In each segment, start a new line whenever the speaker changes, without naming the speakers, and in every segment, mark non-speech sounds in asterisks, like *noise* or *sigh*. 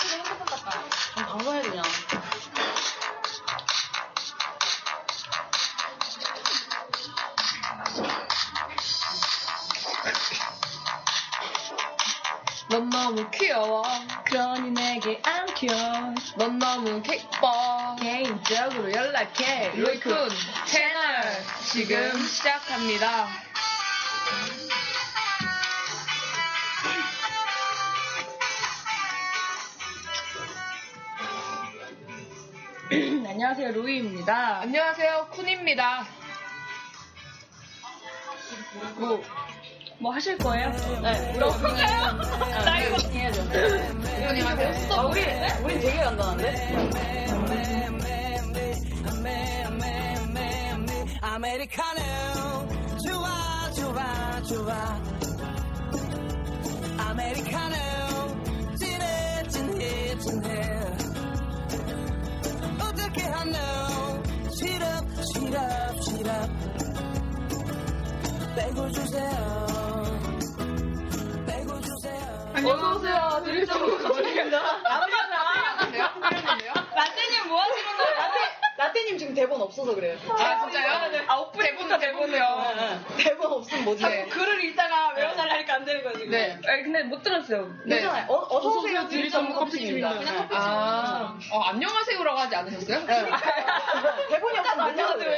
지금 핸드폰 갖다. 방송해 그냥. 넌 너무 귀여워. 그러니 내게 안 귀여워. 넌 너무 기뻐. 개인적으로 연락해. 로이쿤 채널 지금 시작합니다. 네, 안녕하세요 로이입니다. 안녕하세요 쿤입니다. 뭐, 뭐 하실 거예요? 네. 그런가요? 나 이거 해야죠. 이거 하세요. 아, 우리 우리 되게 간단한데.
아메리카노 좋아 좋아 좋아 아메리카노 진해 진해 진해 어떻게 하노 시럽 시럽 시럽 빼고 주세요 빼고 주세요
어서 오세요. 드릴 정보 감사합니다. 안녕하세요. 라떼님 뭐 하시는 거예요? 라떼님 지금 대본 없어서 그래요. 아 진짜요? 아 오프 대본도 대본이요. 대본 없으면 뭐지? 글을 읽다가 외워달라니까 안 되는 거지. 네.
아니 근데 못 들었어요.
괜찮아요. 어, 어서 오세요. 드릴 정보
커피집입니다.
커피집입니다. 네.
그냥 커피집.
아, 네.
어, 안녕하세요라고 하지 않으셨어요?
*laughs* 대본이 없으면 안 되거든요.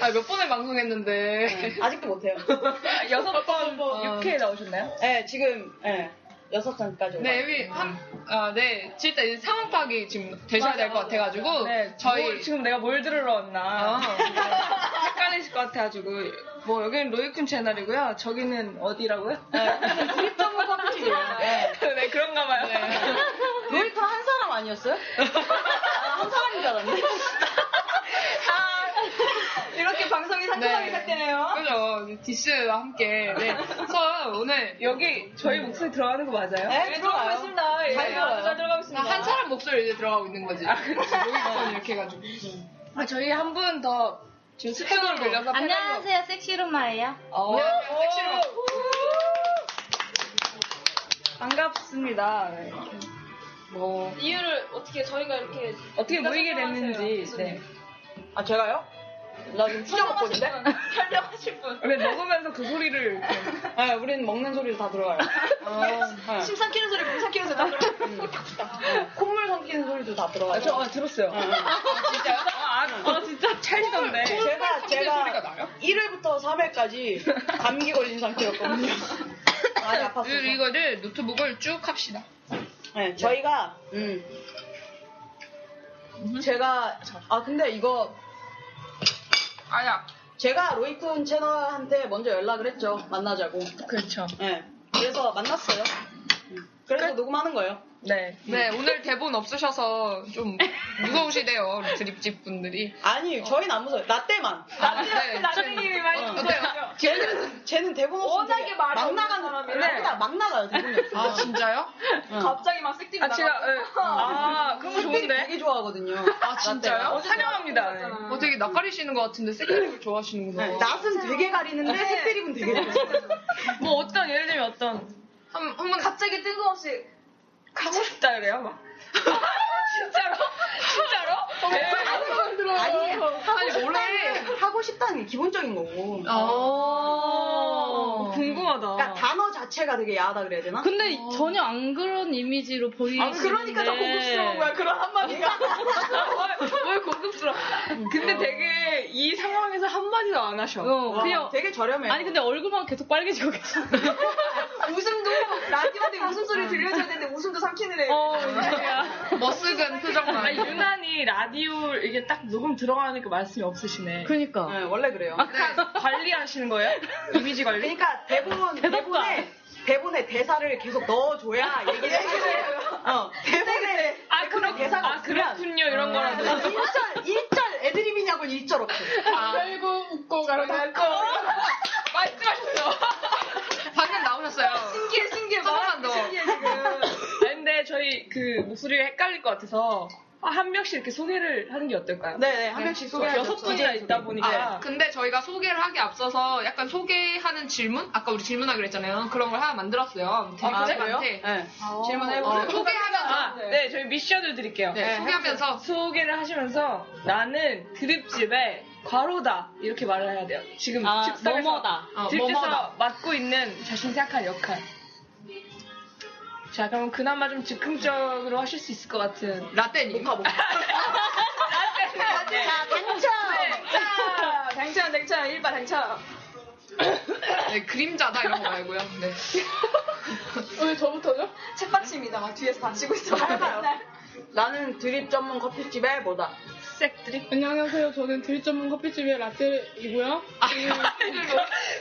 아, 몇 번을 방송했는데.
네. 아직도 못해요.
*laughs* 여섯 번,
번.
육회 나오셨나요?
네, 지금, 네, 여섯 잔까지.
네, 여기
음.
한, 아, 네. 일단 이제 상황 파악이 지금 되셔야 될 것 같아가지고.
네,
저희.
뭘, 지금 내가 뭘 들으러 왔나. *laughs*
아.
헷갈리실 것 같아가지고. 뭐, 여기는 로이쿤 채널이고요. 저기는 어디라고요?
드립정보 커피집이에요. 네.
네, 그런가 봐요.
로이터 한 사람 아니었어요? 아, 한 사람인 줄 알았네.
아, 이렇게 방송이 상큼하게
네.
샀대네요.
그죠. 디스와 함께. 네. 그래서 오늘
여기 저희 목소리 들어가는 거 맞아요?
네, 들어가요.
있습니다. 예,
잘 들어가요.
잘 들어가고 있습니다. 그렇죠.
한 사람 목소리 이제 들어가고 있는 거지. 아, 그렇 로이콘 이렇게 해가지고.
아, 저희 한 분 더 지금 스펙으로 빌려서 패널로.
섹시룸마예요.
어.
안녕하세요, 섹시룸마.
반갑습니다. 네. 뭐
이유를 어떻게 저희가 이렇게
어떻게 모이게 됐는지
교수님.
네.
아, 제가요? 나 지금 찢어먹거든데? *laughs*
설명하실 분
왜 먹으면서 그 소리를 이렇게
네, 우리는 먹는 소리를 다 들어요. 네.
심상키는 소리 공상키는 소리 다 음. 들어.
콧물 삼키는 소리도 다 들어가요.
아, 저 아, 들었어요.
진짜요?
아, 아, 진짜 찰지던데.
제가,
소리가
제가
나요?
1회부터 3회까지 감기 걸린 상태였거든요. 많이
그리고
아팠어요.
이거를, 노트북을 쭉 합시다.
네, 저희가 음, 제가 아 근데 이거
아야.
제가 로이쿤 채널한테 먼저 연락을 했죠 만나자고.
그렇죠.
네, 그래서 만났어요. 음, 그래서 녹음하는 거예요.
네.
네, 오늘 대본 없으셔서 좀 무서우시대요, 드립집 분들이.
아니 저희는 안 무서워요. 나 때만.
아, 네.
나중님이 많이
어때요?
쟤는 쟤는 대본 없이
워낙에 말이
막
없는 네.
나가는 네,
사람이라.
막, 막 나가요 대본이 없어.
아, 진짜요?
*laughs* 갑자기 막 쓱 뛰고 아, 제가 예. 아, 그런 거 좋은데.
되게 좋아하거든요.
아, 진짜요?
어, 사냥합니다. 네.
어, 되게 낯가리시는 것 같은데, 색깔을 좋아하시는구나.
네, 낯은 되게 가리는데
네.
색드립은 되게 좋아해요.
뭐 어떤 예를 들면 어떤
한, 한번
갑자기 뜬금없이 가고 싶다 그래요. 막. *laughs* 진짜로? 어, 진짜로? 네.
아니
아니, 원래.
하고 싶다는 게 기본적인 거고.
어,
어, 궁금하다.
그러니까 단어 자체가 되게 야하다 그래야 되나? 아,
근데 전혀
아,
아,
안 그런 이미지로 보이시는데
그러니까
그러니까
*laughs*
더 고급스러운 거야 그런 한마디가
너무 고급스러워. 근데 되게 이 상황에서 한마디도 안 하셔.
어,
그냥
그냥
되게 저렴해.
아니 근데 얼굴만 계속 빨개지고 계셔.
웃음도 라디오 때 웃음소리 들려줘야 되는데 웃음도 삼키느래.
네,
어, 진짜.
머쓱은
아,
표정만.
유난히 라디오 이게 딱 녹음 들어가니까 말씀이 없으시네.
네,
그니까.
원래 그래요.
관리하시는 거예요? 이미지 관리?
그러니까 대본 대본에 대본에 대사를 계속 넣어줘야 얘기를 해주세요. 어, 대본에
아, 그렇,
대사가
아 그렇군요
어.
이런 거라도.
아, 네. 1절 1절 애드립이냐고 1절 없어.
결국 웃고 가는 거. *laughs*
방금 나오셨어요.
아, 신기해 신기해
조금만 더.
신기해 지금.
아, 근데 저희 그 목소리가 헷갈릴 것 같아서 아, 한 명씩 이렇게 소개를 하는 게 어떨까요?
네네 한 명씩 소개.
여섯 분이나
네,
있다 보니까.
아, 근데 저희가 소개를 하기 앞서서 약간 소개하는 질문? 아까 우리 질문하기로 했잖아요. 그런 걸 하나 만들었어요. 되게
아, 그래요?
제한테
네.
질문해보세요. 소개하면서.
아, 네, 저희 미션을 드릴게요.
네, 소개하면서.
소개를 하시면서 나는 드립집에 과로다 이렇게 말을 해야 돼요. 지금
아,
즉석에서
뭐뭐다.
어,
드립집에서
뭐뭐다.
맡고 있는 자신이 생각한 역할. 자, 그럼 그나마 좀 즉흥적으로 하실 수 있을 것 같은. 네,
네, 라떼님.
네, 자, 당첨, 당첨, 일반 *laughs* 당첨.
네, 그림자다 이런 거 말고요. 네.
왜 저부터죠?
책받침이다 막 뒤에서 받치고 있어. 해봐요. 나는 드립 전문 커피집에 뭐다.
색 드립.
안녕하세요. 저는 드립 전문 커피집의 라떼이고요.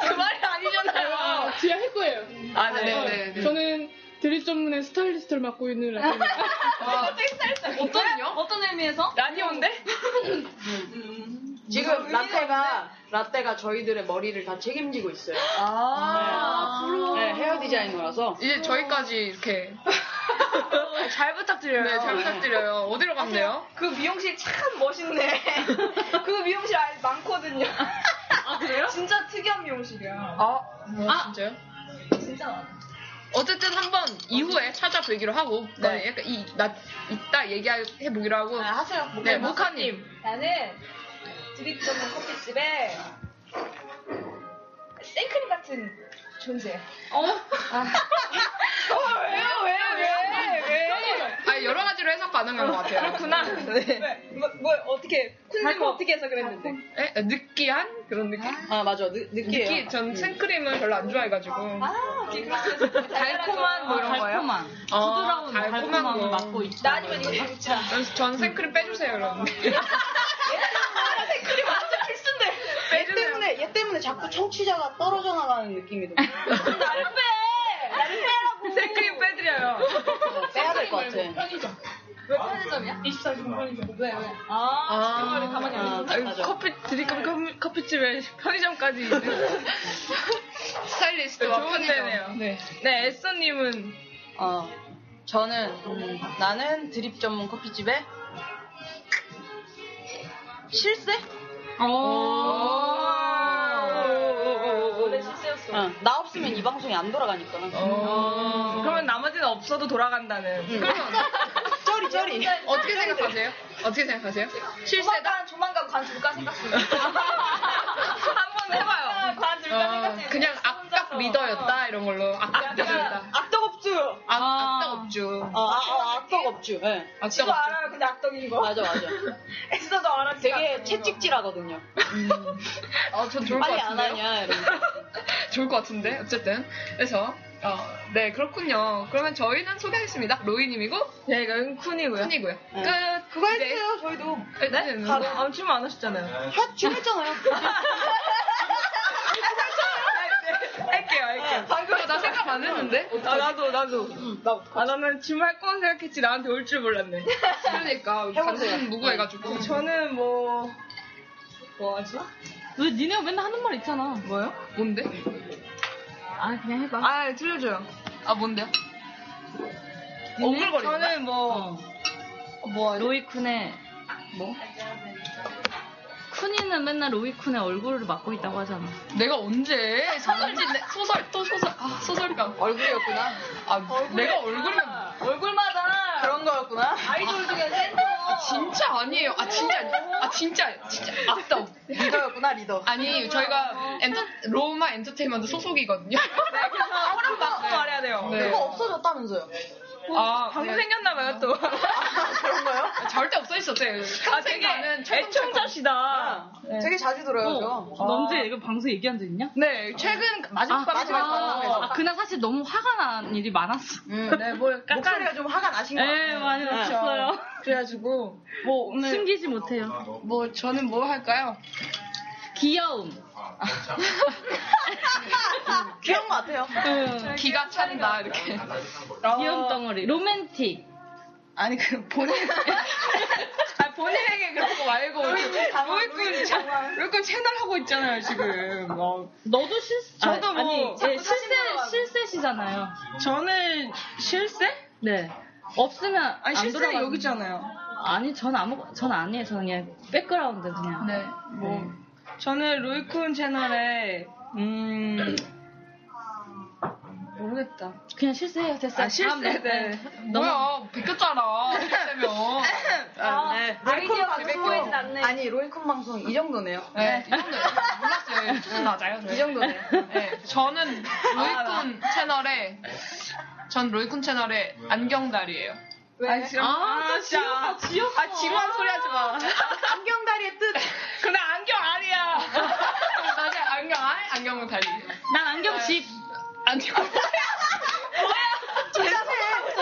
그 말이 아니잖아요.
뒤에 할 거예요.
아,
네,
네.
네, 네.
저는 드립 전문의 스타일리스트를 맡고 있는 라떼입니다.
어떤요?
어떤 의미에서?
라디오인데?
지금 라떼가 라떼가 저희들의 머리를 다 책임지고 있어요.
아,
네, 헤어 디자이너라서.
이제 저희까지 이렇게.
잘 부탁드려요.
네, 잘 부탁드려요. 어디로 갔네요?
그 미용실 참 *laughs* 멋있네. 그 미용실 아예 많거든요. 아 그래요? 진짜 특이한 미용실이야.
아,
뭐, 아, 진짜요?
진짜 많아.
어쨌든 한번 이후에 찾아뵙기로 하고, 그거는
네. 아,
약간 이, 나, 이따 얘기해 보기로 하고.
하세요.
네, 모카님.
나는 드립 전문 커피집에 생크림 같은 존재. *laughs* 어, 아,
아, 여러 가지로 해석 가능한 것 같아요. 그렇구나.
뭐, 뭐 어떻게 쿤님 어떻게 해서 그랬는데?
에? 네, 느끼한? 그런 느낌?
아 맞아 느, 느끼해요.
느끼, 전 생크림을 별로 안 좋아해가지고.
달콤한 뭐 이런 거예요?
부드러운 어, 달콤한 거.
맡고 있다. 나 아니면 이거 진짜
전, 전 생크림 빼주세요, 여러분.
얘 때문에 얘 때문에 자꾸 청취자가 떨어져 나가는 느낌이 들어. *laughs*
나를 빼. 나를 빼라고.
생크림 빼드려요.
빼야 될 것 같아.
왜 편의점이야? 24시간 편의점. 왜 왜? 아.
아,
가만히 안
아유, 커피, 드립커피 커피- 커피집에 편의점까지 있는 스타일리스트와
좋은 데네요.
편의점. 네.
네, 에서님은
어. 저는 음, 나는 드립 전문 커피집에 실세?
원래 실세였어.
어, 나 없으면 이 방송이 안 돌아가니까. 음.
그러면 나머지는 없어도 돌아간다는.
그러면
쩌리 쩌리.
어떻게 생각하세요? 어떻게
그
생각하세요? 실세다?
조만간 조만간 관둘까 생각 중이야.
한번 해봐요.
관둘까 생각
어,
중이야.
그냥 악덕 리더였다 이런 걸로 악덕 리더였다
악덕 업주.
악,
아.
악덕 업주
어, 아, 아, 악덕 업주. 예.
악덕
도
업주
알아요. 근데 악덕인 거.
맞아 맞아.
에스더도 알아.
되게 채찍질하거든요.
어, 전 좋을 것
빨리 안
같은데요?
하냐 이런.
*laughs* 좋을 것 같은데 어쨌든 그래서 어, 네 그렇군요 그러면 저희는 소개했습니다 로이님이고
네, 이거 은쿤이고요.
쿤이고요
네.
끝
그거
네.
했어요 저희도.
네, 네, 네.
바로 아무 안 하셨잖아요.
혀춤 *laughs* 했잖아요.
할게요, 할게요.
네.
어, 나 생각 안 했는데
네.
음.
아, 나도, 나도. 아, 나는 주말 건 생각했지 나한테 올
*laughs*
줄 몰랐네.
그러니까 반성 무구해가지고
저는 뭐, 뭐 하지?
왜 니네가 맨날 하는 말 있잖아.
뭐요?
뭔데?
아 그냥 해봐.
아, 들려줘요.
아 뭔데요?
엉글거리. 저는 뭐, 뭐 하지?
로이쿤의 뭐? 쿤이는 맨날 로이쿤의 얼굴을 맡고 있다고 하잖아.
내가 언제 소설집 내- *laughs* 소설 또 소설 아 소설가 얼굴이었구나 아 내가 얼굴이면
얼굴마다
그런 거였구나.
아이돌 중에 센터.
진짜 아니에요 아 진짜 아 진짜 진짜 악덕
리더였구나 리더.
아니 저희가 엔터 로마 *laughs* 엔터테인먼트 소속이거든요
아,
그래서 호랑 맞고 말해야 돼요.
네.
그거 없어졌다면서요? 아,
아,
방금
네.
생겼나봐요, 또.
그런가요?
절대 없어졌어요.
아, 되게 애청자시다.
네.
되게 자주 들어요,
어,
저.
넘지 아. 이거 방송 얘기한 적 있냐?
네, 최근 마지막
아,
방송에서.
마지막 방송에서.
아, 그날 사실 너무 화가 난 일이 많았어.
음, 네, 뭘 깎아.
목소리가 좀 화가 나신 것
예,
같아요.
많이 났어요.
그래가지고. 뭐, 오늘.
숨기지 못해요.
뭐, 저는 뭐 할까요?
귀여움.
음, 귀여운 것 같아요.
응.
기가 찬다, 아, 이렇게.
귀여움 덩어리. 로맨틱.
아니, 그,
*laughs*
본인. 아, 본인에게 그런 거 말고.
네,
로이꾼 채- 로이꾼 채널 하고 있잖아요, 지금. 어,
너도 실세.
저도 뭐 자꾸
예, 실세, 실세시잖아요.
저는 실세?
네. 없으면
아니,
안
실세는
돌아가.
여기잖아요.
아니, 전 아무, 전 아니에요. 저는 그냥 백그라운드 그냥.
네, 뭐. 저는 로이쿤 채널에, 음. 모르겠다.
그냥 실세해요. 됐어요.
아, 실세, 네.
음,
뭐야, 베꼈잖아.
*laughs*
베꼈다며.
아, 네. 로이콘
아이디어가
방송.
들어오진 않네.
아니, 로이콘 방송 이 정도네요.
네, 이 정도. 몰랐어요. 수준 낮아요,
이
저희.
정도네요.
네, 저는 로이쿤 채널에, 전 로이쿤 채널에 안경다리예요
왜?
아니, 지금,
아, 또
진짜.
지옥아, 지옥아.
아, 지루한 소리 하지
*laughs*
마.
안경다리의 뜻.
근데 안경 아니야. *laughs* 맞아, 안경 알, 안경 다리.
난 안경 집.
안경
*laughs*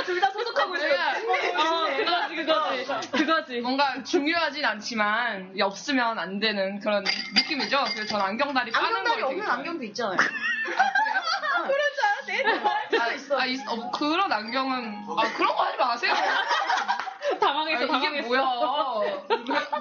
둘다 소속하고 있어, 둘다
아,
소속하고 있어.
네.
어, 그거지, 그거지. 그거지.
뭔가 중요하진 않지만 없으면 안 되는 그런 느낌이죠. 그래서 저는 안경다리 빠는
안경다리
걸 되게
없는
좋아해요.
안경도 *laughs* 있잖아요.
아, 아, 있- 어, 그런 안경은 아 그런 거 하지 마세요.
당황했어,
아, 이게
당황했어.
뭐야?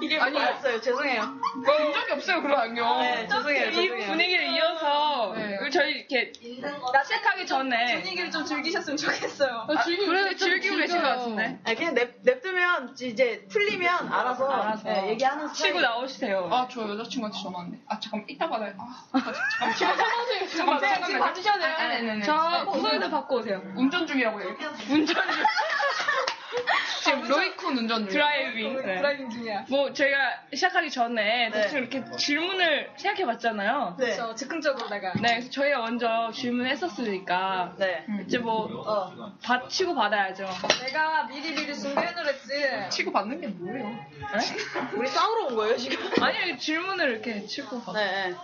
이게
아니
몰랐어요. 죄송해요.
본 적이 없어요 그런
아,
안경.
네, 죄송해요.
이
죄송해요.
분위기를 이어서
네.
우리 저희 이렇게 시작하기 전에
분위기를 좀 즐기셨으면 좋겠어요.
어, 즐기고
아, 그래도
좀
즐기고 계신 것
즐겨요.
네.
같은데.
아, 그냥 냅, 냅두면 이제 풀리면 알아서, 네, 얘기하는 스타일.
치고 나오시세요.
아 저 여자친구한테 전화 왔네. 아 잠깐 이따 받아요. 아 잠깐 지금 상황 중에 잠깐
네,
잠깐 받으셔야 돼요. 아, 네네네. 음.
저 구설도 받고 오세요.
운전 중이라고 해요. 운전 중. 지금 로이쿤 운전 중.
드라이빙. 네.
드라이빙 중이야.
뭐 저희가 시작하기 전에
네.
대충 이렇게 질문을 생각해봤잖아요.
네.
저 즉흥적으로 내가.
네, 그래서 저희가 먼저 질문했었으니까
네.
이제 뭐
어.
받치고 받아야죠.
내가 미리 미리 준비해놓랬지.
치고 받는 게 뭐예요?
우리 싸우러 온 거예요, 지금?
아니 질문을 이렇게 치고 받.
네. 네.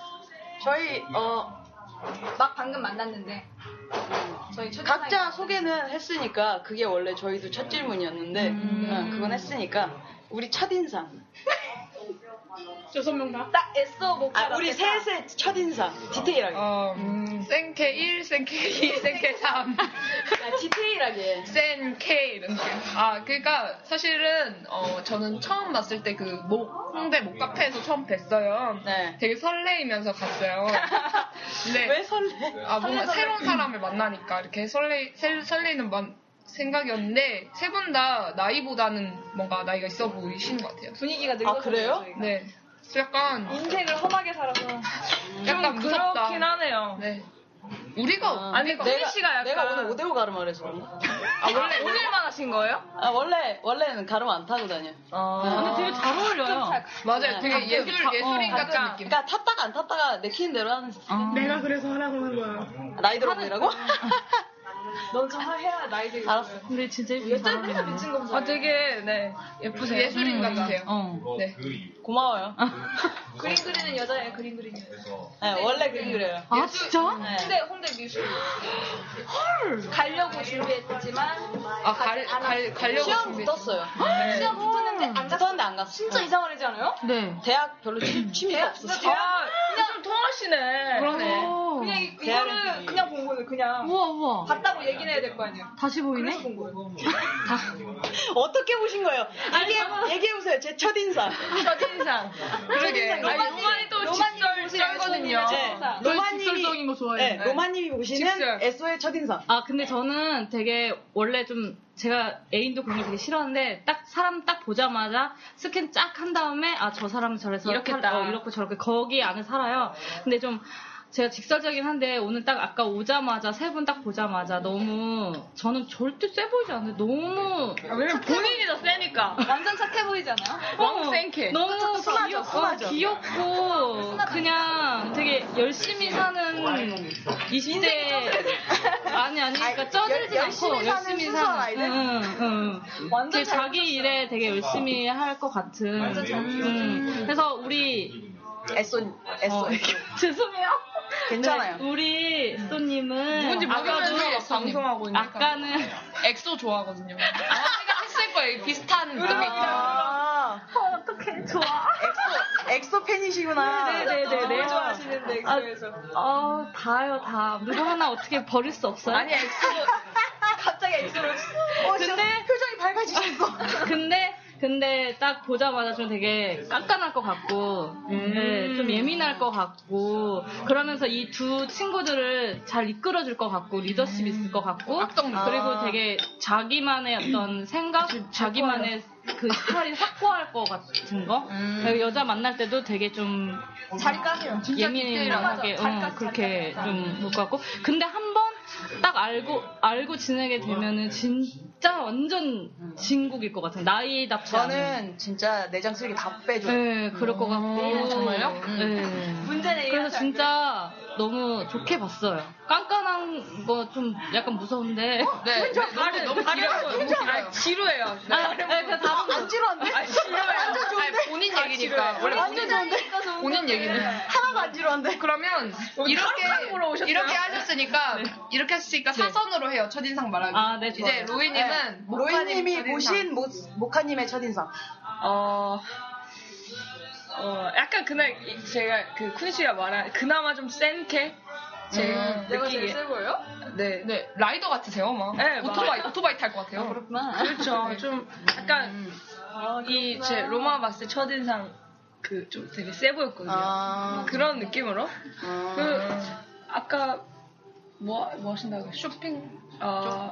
저희, 어,
막 방금 만났는데. 저희 첫
각자 소개는 했으니까, 그게 원래 저희도 첫 질문이었는데, 네, 그건 했으니까, 우리 첫인상.
딱 애써 못
아, 우리
받았겠다.
셋의 첫인상. 디테일하게.
어, 생케 1, 생케 2, 생케 3,
아, 디테일하게.
생케 이런 게. 아, 그러니까 사실은 어, 저는 처음 봤을 때 그 홍대 목카페에서 처음 뵀어요.
네.
되게 설레이면서 갔어요. 근데
왜 설레?
아 뭔가 새로운 사람을 만나니까 이렇게 설레 설- 설레는 만- 생각이었는데 세 분 다 나이보다는 뭔가 나이가 있어 보이시는 것 같아요.
분위기가 늙어서
아, 그래요?
그래요, 저희가.
네, 약간
인생을 험하게 살아서
약간 무섭다.
음, 그렇긴 하네요.
네, 우리가
아니
내가,
호민 씨가 약간
내가 오늘 오대오 가르마래서 그런가?
아, 원래 오늘만 하신 거예요?
아, 원래, 원래는 가르마 안 타고 다녀.
아.
근데 되게 잘 어울려요.
맞아요. 되게 예술 예술인
어,
같은 느낌.
그러니까 탔다가 안 탔다가 내키는 대로 하는 스타일.
내가 그래.
나이 들어 보이라고? *laughs*
넌 정화해야 나이들이
알았어.
근데 진짜 예쁘게 잘
예전 맨날
어울리네.
미친 거보다
아 되게 네 예쁘세요.
예술인 같아요. 음.
어.
네.
고마워요.
아. *laughs* 그림 그리는 여자예요 그림 그리는 여자
네, 원래 그림 그려요.
아, 진짜?
네.
홍대 홍대 뮤직 가려고 준비했지만
아, 갈, 갈, 가려고
시험
준비.
붙었어요.
시험 붙었는데 안 갔어
붙었는데 안 갔어.
진짜 이상한 애지 않아요?
네.
대학 별로 취, 취미가 없었어.
아, 좀 통하시네.
그러네.
오.
그냥 이- 이거를 그냥 본 거는 그냥
우와, 우와.
봤다고 얘기는 해야 될 거 아니야
다시 보이네?
그래서 본 거예요
어떻게 보신 거예요? 얘기해, 얘기해보세요. 제 첫인상.
첫인상. 그러게.
첫인상.
아니, 로만이 또 직설 쩔거든요.
네,
직설적인 거 좋아해.
네, 로마님이 보시는
직설.
에소의 첫인상.
아, 근데 저는 되게 원래 좀 제가 애인도 그런 거 되게 싫었는데 딱 사람 딱 보자마자 스캔 쫙 한 다음에 아, 저 사람은 저래서
이렇게
살-
딱.
어, 이렇게 저렇게 거기 안에 살아요. 근데 좀 제가 직설적이긴 한데 오늘 딱 아까 오자마자 세 분 딱 보자마자 너무 저는 절대 세 보이지 않아요. 너무
왜냐면 본인이 더 세니까.
완전 착해 보이지 않아요?
어,
왕생케.
너무 아,
순하죠,
귀엽고,
순하죠.
귀엽고
네.
그냥 되게 열심히 사는 20대 *laughs* 아 아니 아니 그러니까 쪄들지
열-
않고
열심히 사는
열심히
순수한
사는
아이들?
응, 응.
완전
되게
잘
자기 일에 되게 열심히 할 것 같은
완전 잘
음.
키워줬어요.
그래서 우리 *laughs*
애써 애써
죄송해요
괜찮아요.
네, 우리 스토님은
누군지 모르겠는데 방송하고 있는
아까는
엑소 좋아하거든요. 아마 제가 했을 거예요. 비슷한
의미 있다. 아,
어떻게 좋아
엑소 엑소 팬이시구나.
네네네네.
너무 좋아하시는데 엑소에서.
어 다요 다 누구 하나 어떻게 버릴 수 없어요
아니 엑소
아, 갑자기 엑소로. 어, 진짜
근데-
표정이 밝아지셨어.
근데 근데 딱 보자마자 좀 되게 깐깐할 것 같고 네, 좀 예민할 것 같고 그러면서 이 두 친구들을 잘 이끌어줄 것 같고 리더십 있을 것 같고 그리고 되게 자기만의 어떤 생각 자기만의 그 스타일이 확고할 것 같은 거 그리고 여자 만날 때도 되게 좀
*laughs* 자리 까세요.
예민하게
디테일하다.
어,
잘
그렇게
깠다.
좀 못 갖고 근데 한 번 딱 알고 알고 지내게 되면은 진짜 완전 진국일 것 같아요 나이답지 않은
저는 진짜 내장 쓰레기 다 빼줘.
네 그럴 것 같고 정말요? 네
문제는
그래서 진짜 너무 좋게 봤어요 깐깐한 거 좀 약간 무서운데
네. 말이 너무 길어요. 너무 길어요. 지루해요.
아, 네, 그 다음
안 지루한데?
아, 지루해요.
완전 좋은데?
아니, 본인 얘기니까. 원래
완전 좋은데?
본인 얘기는.
하나도 안 지루한데?
그러면 이렇게
오셨어요? 네.
이렇게 하셨으니까 이렇게 하시니까 사선으로 해요. 첫인상 말하기.
아, 네, 좋아요.
이제
네.
로이님은
네. 로이님이
첫인상.
보신 모, 모카님의 첫인상.
어, 어, 약간 그날 이- 제가 그 쿤씨가 말한 그나마 좀 센 캐? 제
음.
내가 제일 세 보여요? 네.
네 라이더 같으세요, 막
네,
오토바이 오토바이 탈 것
어,
같아요. 네. 음.
그렇죠. 좀 약간 어, 이 제 로마 봤을 때 첫인상 그 좀 되게 세 보였거든요.
아,
그런 느낌으로.
아, 네.
그 아까 뭐, 뭐 하신다고 쇼핑? 아,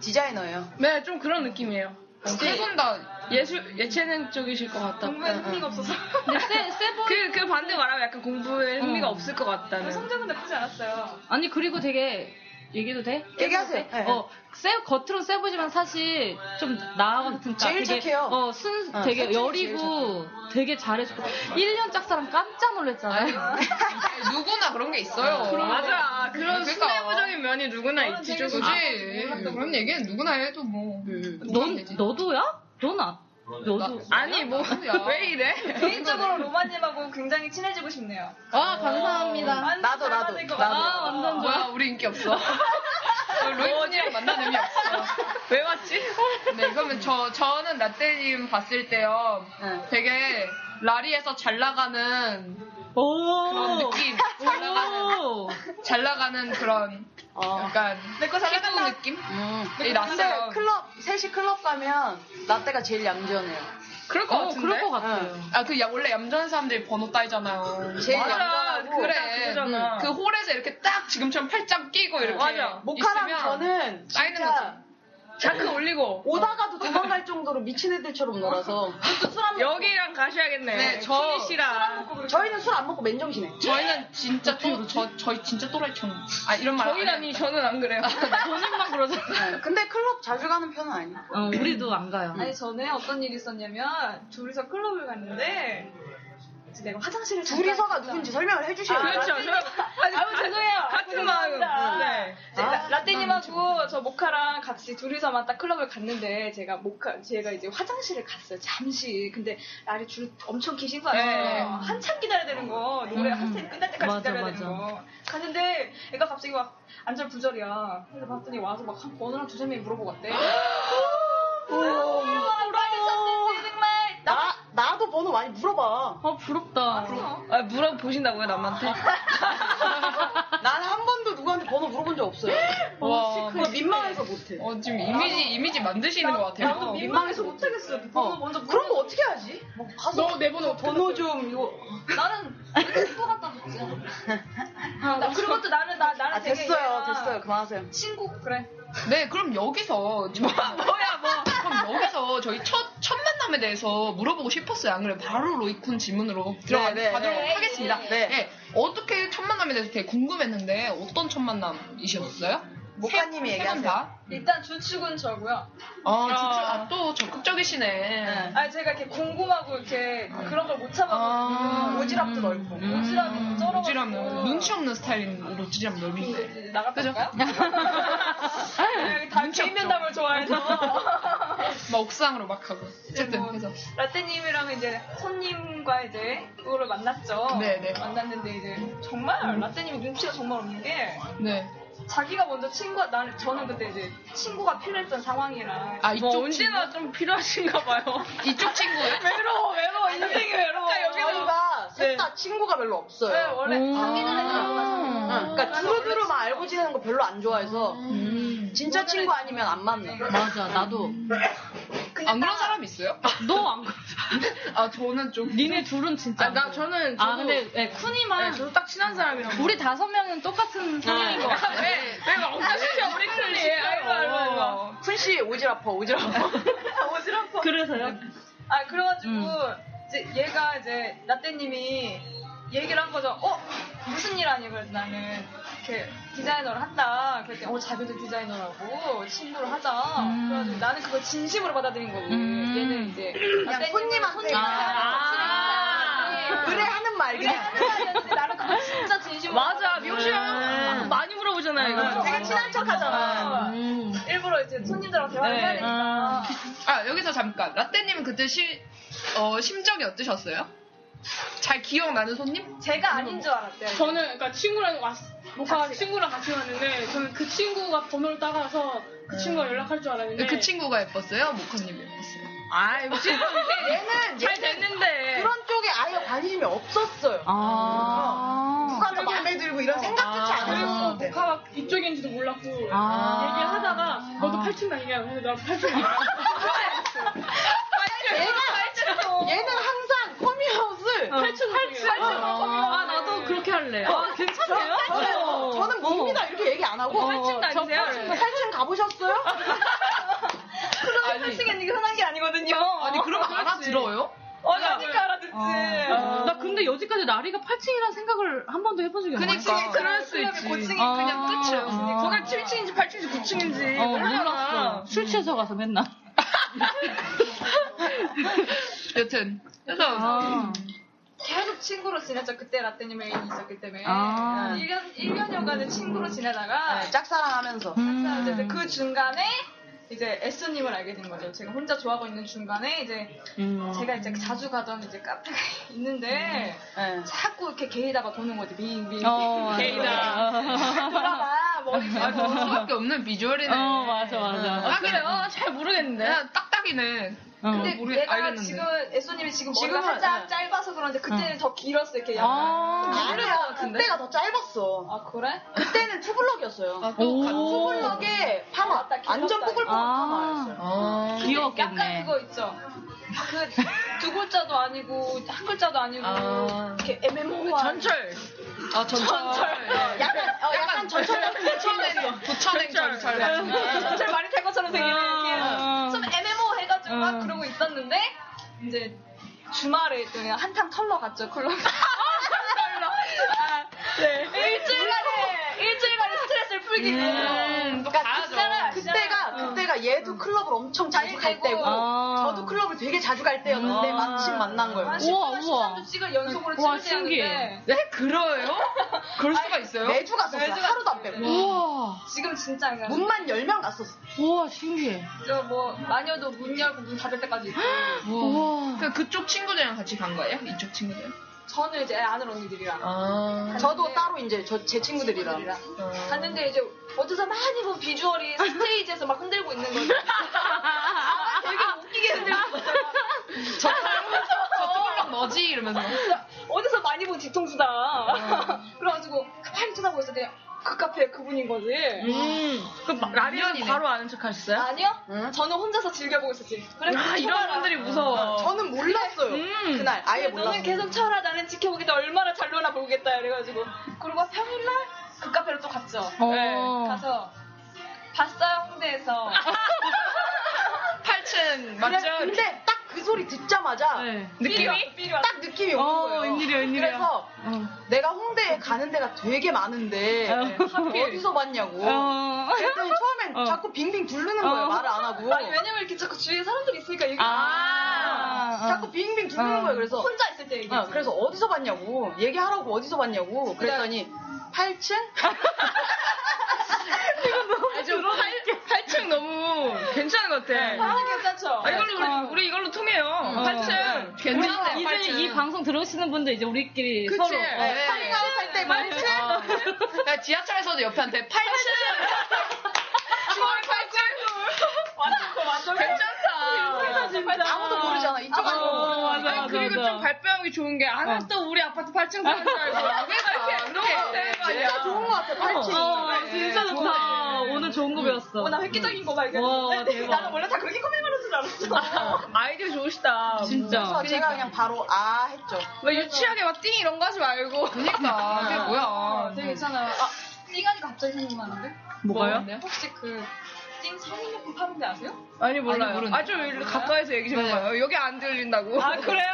디자이너예요.
네, 좀 그런 느낌이에요.
세분다
예술, 예체능 쪽이실 것 같다. 네.
공부에 흥미가 없어서.
근데 네, 세, 세 번-
그, 그 반대 말하면 약간 공부에 흥미가
어.
없을 것 같다는.
아니 그리고 되게 얘기도 돼?
얘기하세요. 네.
어, 세, 겉으로 세 보지만 사실 좀 나아 같은
제일 착해요.
어, 순,
어,
되게
셋 중에
여리고 되게 잘해주고. 1년 짝사랑 깜짝 놀랐잖아요.
누구나 그런 게 있어요.
맞아. 그런
그러니까.
순애부적인 면이 누구나 있지. 좀
그지. 그런 얘기는 누구나 해도 뭐.
*laughs*
음,
넌, 너도야? 넌 아, 너도.
아니, 뭐, *laughs* 왜 이래?
*laughs* 개인적으로
로마님하고 굉장히 친해지고 싶네요.
아, 감사합니다.
나도, 나도,
아,
나도.
완전 좋아.
뭐야, 우리 인기 *laughs* 없어. 로이님이랑 만난 의미 없어.
왜 왔지?
네, 그러면 저, 저는 라떼님 봤을 때요.
네.
되게 라리에서 잘 나가는 그런
오.
느낌. 잘 나가는,
오.
잘 나가는 그런
어.
약간
내거
키보 느낌? 이
근데
라떼가.
클럽, 셋이 클럽 가면 라떼가 제일 얌전해요.
그럴 것
어,
같은데.
그럴 것
음.
같아요.
아, 그, 야, 원래 얌전한 사람들이 번호 따이잖아요.
제일
맞아,
얌전하고
딱
그래.
그거잖아.
그 홀에서 이렇게 딱 지금처럼 팔짱 끼고 이렇게.
맞아.
모카랑
있으면
어, 저는
쌓이는
진짜
자크 올리고.
오다가도 도망갈 정도로 미친 애들처럼 놀아서
여기랑 가셔야겠네.
네, 저-
키니 씨랑.
저희는 술 안 먹고 맨정신해.
저희는 진짜 또, 저, 저희 진짜 또라이처럼. 아, 이런 말. 안
저희라니,
해요.
저는 안 그래요.
본인만 그러잖아.
네, 근데 클럽 자주 가는 편은 아니에요.
어, 우리도 안 가요.
아니 전에 어떤 일이 있었냐면 둘이서 클럽을 갔는데 이제 내가 화장실을 잠깐
둘이서가
갔다
누군지 설명을 해주셔야 돼요.
그렇죠. 저,
아니, 아유 죄송해요.
같은 마음. 네.
이제
아,
라- 라떼님하고 저 모카랑 같이 둘이서만 딱 클럽을
네,
갔는데 제가 모카 제가 이제 화장실을 갔어요 잠시 근데 날이 줄 엄청 기신 거같요
네.
한참 기다려야 되는 거 노래
음.
한참 끝날 때까지
맞아,
기다려야
맞아.
되는 거 갔는데 애가 갑자기 막 안절부절이야 근데 봤더니 와서 막 한 번호랑 두세 명이 물어보고 왔대 돌아있었는데
어.
정말 나
나, 나도 번호 많이 물어봐.
어, 부럽다.
아, 물어보신다고요, 남한테?
아,
난 한 번도 누구한테 번호 물어본 적 없어요. 뭐,
와,
그거 민망해서 못해.
어, 지금 이미지, 이미지 만드시는 것
나도
같아요.
민망해서 못하겠어 번호 먼저 물어
그런 거 어떻게 하지? 뭐 가서
내 번호
번호 좀 이거
나는 또 갖다 줬지.
아,
나 그리고 또 나는 나 나는
아
되게
됐어요
얘가
됐어요 그만하세요
친구 그래.
네, 그럼 여기서 뭐, 야 뭐. 그럼 여기서 저희 첫, 첫 만남에 대해서 물어보고 싶었어요. 안 그래요? 바로 로이쿤 질문으로 들어가도록
네, 네.
하겠습니다.
네.
네, 어떻게 첫 만남에 대해서 되게 궁금했는데 어떤 첫 만남이셨어요?
목사님이
세 분
얘기하세요 어.
다?
일단 주축은 저고요.
아, 진짜 아, 또 적극적이시네.
아 제가 이렇게 궁금하고 이렇게 그런 걸 못
음,
참아서
아.
오지랖도 넓고
뭐
음,
오지랖이 쩔어.
오지랖 넓 눈치 없는 스타일인 오지랖 넓인데.
나갔다
그죠?
올까요?
네, 다 개인 면담을 좋아해서.
막 옥상으로 막 하고. 어쨌든
뭐,
해서.
라떼님이랑 이제 손님과 이제 그거를 만났죠.
네네.
만났는데 이제 정말 라떼님이 눈치가 정말 없는 게
네.
자기가 먼저 친구가 나 저는 그때 이제 친구가 필요했던 상황이라
아, 이쪽
뭐
언제나
좀 필요하신가 봐요.
이쪽 친구예요?
외로워 외로워 어, 인생이 외로워.
여기가 셋 다 친구가 별로 없어요.
네, 원래
아.
사귀는 애들 안
음.
만나요. 그러니까 두루두루 막 알고 지내는 거 별로 안 좋아해서
음.
진짜 친구 아니면 안 만나.
맞아, 나도.
안 그런 사람 있어요?
너 안 그래.
아, 저는 좀.
니네 둘은 진짜.
아,
안
나,
그래.
저는.
아,
저도-
근데, 네, 네. 쿤이만.
네, 저도 딱 친한 사람이랑.
우리 다섯 명은 똑같은 성향인 것 같아.
왜, 왜 엉뚱한 소리야, 우리 큰일. 아이고, 아이고, 아이고.
쿤씨 오지랖퍼 오지랖퍼.
오지랖퍼.
그래서요?
아 그래가지고
음.
이제 얘가 이제 라떼님이 얘기를 한 거죠. 어 무슨 일 아니 그래서 나는 이렇게 디자이너를 한다. 그랬더니 어 자기도 디자이너라고 친구를 하자.
음.
그래가지고 나는 그걸 진심으로 받아들인 거고
음.
얘는 이제
그냥 손님한테
아.
의뢰하는 말 그냥.
그래 나는 그거 진짜 진심으로
맞아,
네.
미용실
음.
하면 많이 물어보잖아요, 이거.
되게 친한 척하잖아.
받아들인 거야.
음.
일부러 이제 손님들하고 대화를
네.
해야 되니까.
어.
아, 여기서 잠깐. 라떼님은 그때 시, 어, 심정이 어떠셨어요? 잘 기억나는 손님?
제가
음.
아닌 줄 알았대요.
저는 그러니까 친구랑 왔 모카 친구랑 같이 왔는데 저는 그 친구가 번호를 따가서 그 친구가 연락할 줄
네.
알았는데
네,
그 친구가 예뻤어요? 모카님이 예뻤어요?
아, 뭐지? 얘는
잘
얘는
됐는데.
그런 쪽에 아예 관심이 없었어요.
아.
누가 더 마음에 들고 이런 생각조차 안
그리고
들었는데.
모카가 이쪽인지도 몰랐고
아.
얘기를 하다가 너도 8층 다니냐? 그래서 나도 8층
얘는 항상 커미아웃을
어.
8층 8층 어.
아, 나도 그렇게 할래. 아, 괜찮네요?
저는, 저는
어.
뭐, 뭡니다 이렇게 얘기 안 하고
어, 저
뭐,
네.
팔-
그러니까.
8층 가보셨어요?
*laughs* 그러면 솔직히 이게 흔한 게 아니거든요.
어,
어,
아니, 그럼 알아들어요?
아니, 하니까 알아듣지.
어.
어.
나 근데 여지까지 나리가 8층이라는 생각을 한 번도 해본 적이 없어.
아, 그니까, 그럴 수 있지. 고층이 그냥 끝이었으니까.
아.
거기가 7층인지 8층인지 9층인지.
어, 몰랐어. 술 취해서 가서 맨날.
*laughs* 여튼. 그래서.
아.
계속 친구로 지냈죠. 그때 라떼님의 애인이 있었기 때문에.
아.
1년, 1년여간은 친구로 지내다가
네.
짝사랑하면서
음.
이제 그 중간에 이제 에스님을 알게 된 거죠. 제가 혼자 좋아하고 있는 중간에 이제
음.
제가 이제 자주 가던 이제 카페가 *laughs* 있는데
네.
자꾸 이렇게 게이다가 도는 거지. 밍밍.
어,
돌아봐. 머리
아,
고
그럴 수밖에 없는 비주얼이네.
어, 맞아, 맞아.
아, 그래요? 잘 모르겠는데. 딱딱이네.
어.
근데
모르-
얘가
알겠는데.
지금 에소님이 지금 머리가
지금은,
살짝
네.
짧아서 그런데 그때는 더 길었어 이렇게 약간.
아.
아니야 그때가 더 짧았어
아 그래?
그때는 투블럭이었어요
아, 또 같은.
투블럭에 파마
맞다, 길었다,
완전 뽀글뽀글
이거.
파마였어요
아.
약간
귀여웠겠네.
그거 있죠. 그 두 글자도 아니고 한 글자도 아니고
아.
이렇게 애매모호한
전철. 아, 전철. 예.
약간, 어, 약간 전철 같은
부천행, 부천행 전철 네. 같은 거.
전철 말이 탈 것처럼
아.
생긴 이렇게 좀 애매모호해가지고 막 그러고 있었는데 이제 주말에 또 그냥 한탕 털러 갔죠 *laughs* 클럽. 털러. 아, 네. 일주일간에 일주일간에 스트레스를 풀기 위해서.
음, 또
그러니까
가야죠.
그때가 그때가 그때가 얘도
음.
클럽을 엄청 자주 갈
잘 되고. 어.
때고
아.
저도 클럽을 되게 자주 갈 아, 때였는데
음.
마침 만난 거예요.
한
우와,
10분,
우와.
13주 찍을 연속으로
우와,
찍을 때 하는데
신기해.
네? 그래요? 그럴 수가 있어요?
매주 갔었어요. 음.
매주
하루도 안 빼고.
우와,
지금 진짜 그냥
문만 열면 갔었어.
우와, 신기해.
저뭐 마녀도 문 열고 문 닫을 때까지 있고
*gasps* 우와.
그 그쪽 친구들이랑 같이 간 거예요? 이쪽 친구들?
저는 이제 아는 언니들이랑
아.
저도 따로 이제 저 제 친구들이랑.
네.
어.
갔는데 이제 어디서 많이 본 비주얼이 스테이지에서 막 흔들고 있는
*laughs*
거예요. 아, 되게 웃기게 흔들고 있어요.
저 투블럭 너지? 이러면서.
어디서 많이 본 뒤통수다. *laughs*
네.
그래가지고 가만히 쳐다보고 있었더니 그 카페 그분인 거지.
그 라리언이 바로 아는 척 하셨어요?
아니요? 저는 혼자서 어. 즐겨보고 있었지. 그래,
아, 이런
쳐봐라.
분들이 무서워.
저는 몰랐어요. 어. 음. 그날 아예 몰랐어요.
너는 계속 쳐라 나는 지켜보겠다 얼마나 잘 노나 보겠다 이래가지고 그리고 평일날 그 카페로 또 갔죠
어.
가서 봤어요 홍대에서
8층
그래,
맞죠?
근데 딱 그 소리 듣자마자
네.
느낌이?
삘이 왔-
딱 느낌이 오는
어,
거예요.
웬일이야, 웬일이야.
그래서
어.
내가 홍대에 가는 데가 되게 많은데
어.
어디서 봤냐고.
어.
그랬더니 처음엔
어.
자꾸 빙빙 둘르는 거예요.
어.
말을 안 하고.
뭐? 아니 왜냐면 이렇게 자꾸 주위에 사람들이 있으니까 얘기
아.
자꾸 빙빙 둘르는
어.
거예요. 그래서
혼자 있을 때 얘기
어, 그래서 어디서 봤냐고 얘기하라고 어디서
*laughs*
봤냐고 그랬더니 8층?
아주 같아.
아, 괜찮죠?
아, 이걸로 우리, 우리 이걸로 통해요. 같이 어. 괜찮네.
그러니까 이제 이 방송 들으시는 분들 이제 우리끼리
그치.
서로
네. 아,
어,
팔짱 네.
때 말이지? 나 지하철에서도 옆한테 팔짱.
추월 팔짱. 아,
완전
괜찮다.
진짜. 아무도 모르잖아. 이쪽
아,
아무도
뭐.
모르잖아.
어, 맞아,
아니,
그리고 좀 발병이 좋은 게, 아, 나
어.
또 우리 아파트 8층 사는 줄 알고.
아,
왜 그렇게 네.
그럼.
네.
했대?
진짜 좋은 것 같아, 팔찌.
어, 진짜
네.
좋다. 오늘 좋은 거
아,
배웠어.
어, 나 획기적인 거
와,
발견했는데
대박.
나는 원래 다 그렇게 코미디로 줄 알았어.
뭐. 아이디어 좋으시다.
진짜.
그래서
그러니까.
제가 그냥 바로 아 했죠.
왜 유치하게 막 띵 이런 거 하지 말고.
그니까, 그게 뭐야.
되게 아. 괜찮아요. 아, 띵하니까 갑자기 생각나는데?
네.
네.
뭐가요?
혹시 그띵 성인용품 파는 데 아세요? 네.
아니,
아니,
몰라요.
모르는데.
아, 좀 일로 가까이서 얘기 좀 해봐요. 여기 안 들린다고. 네.
아, 그래요?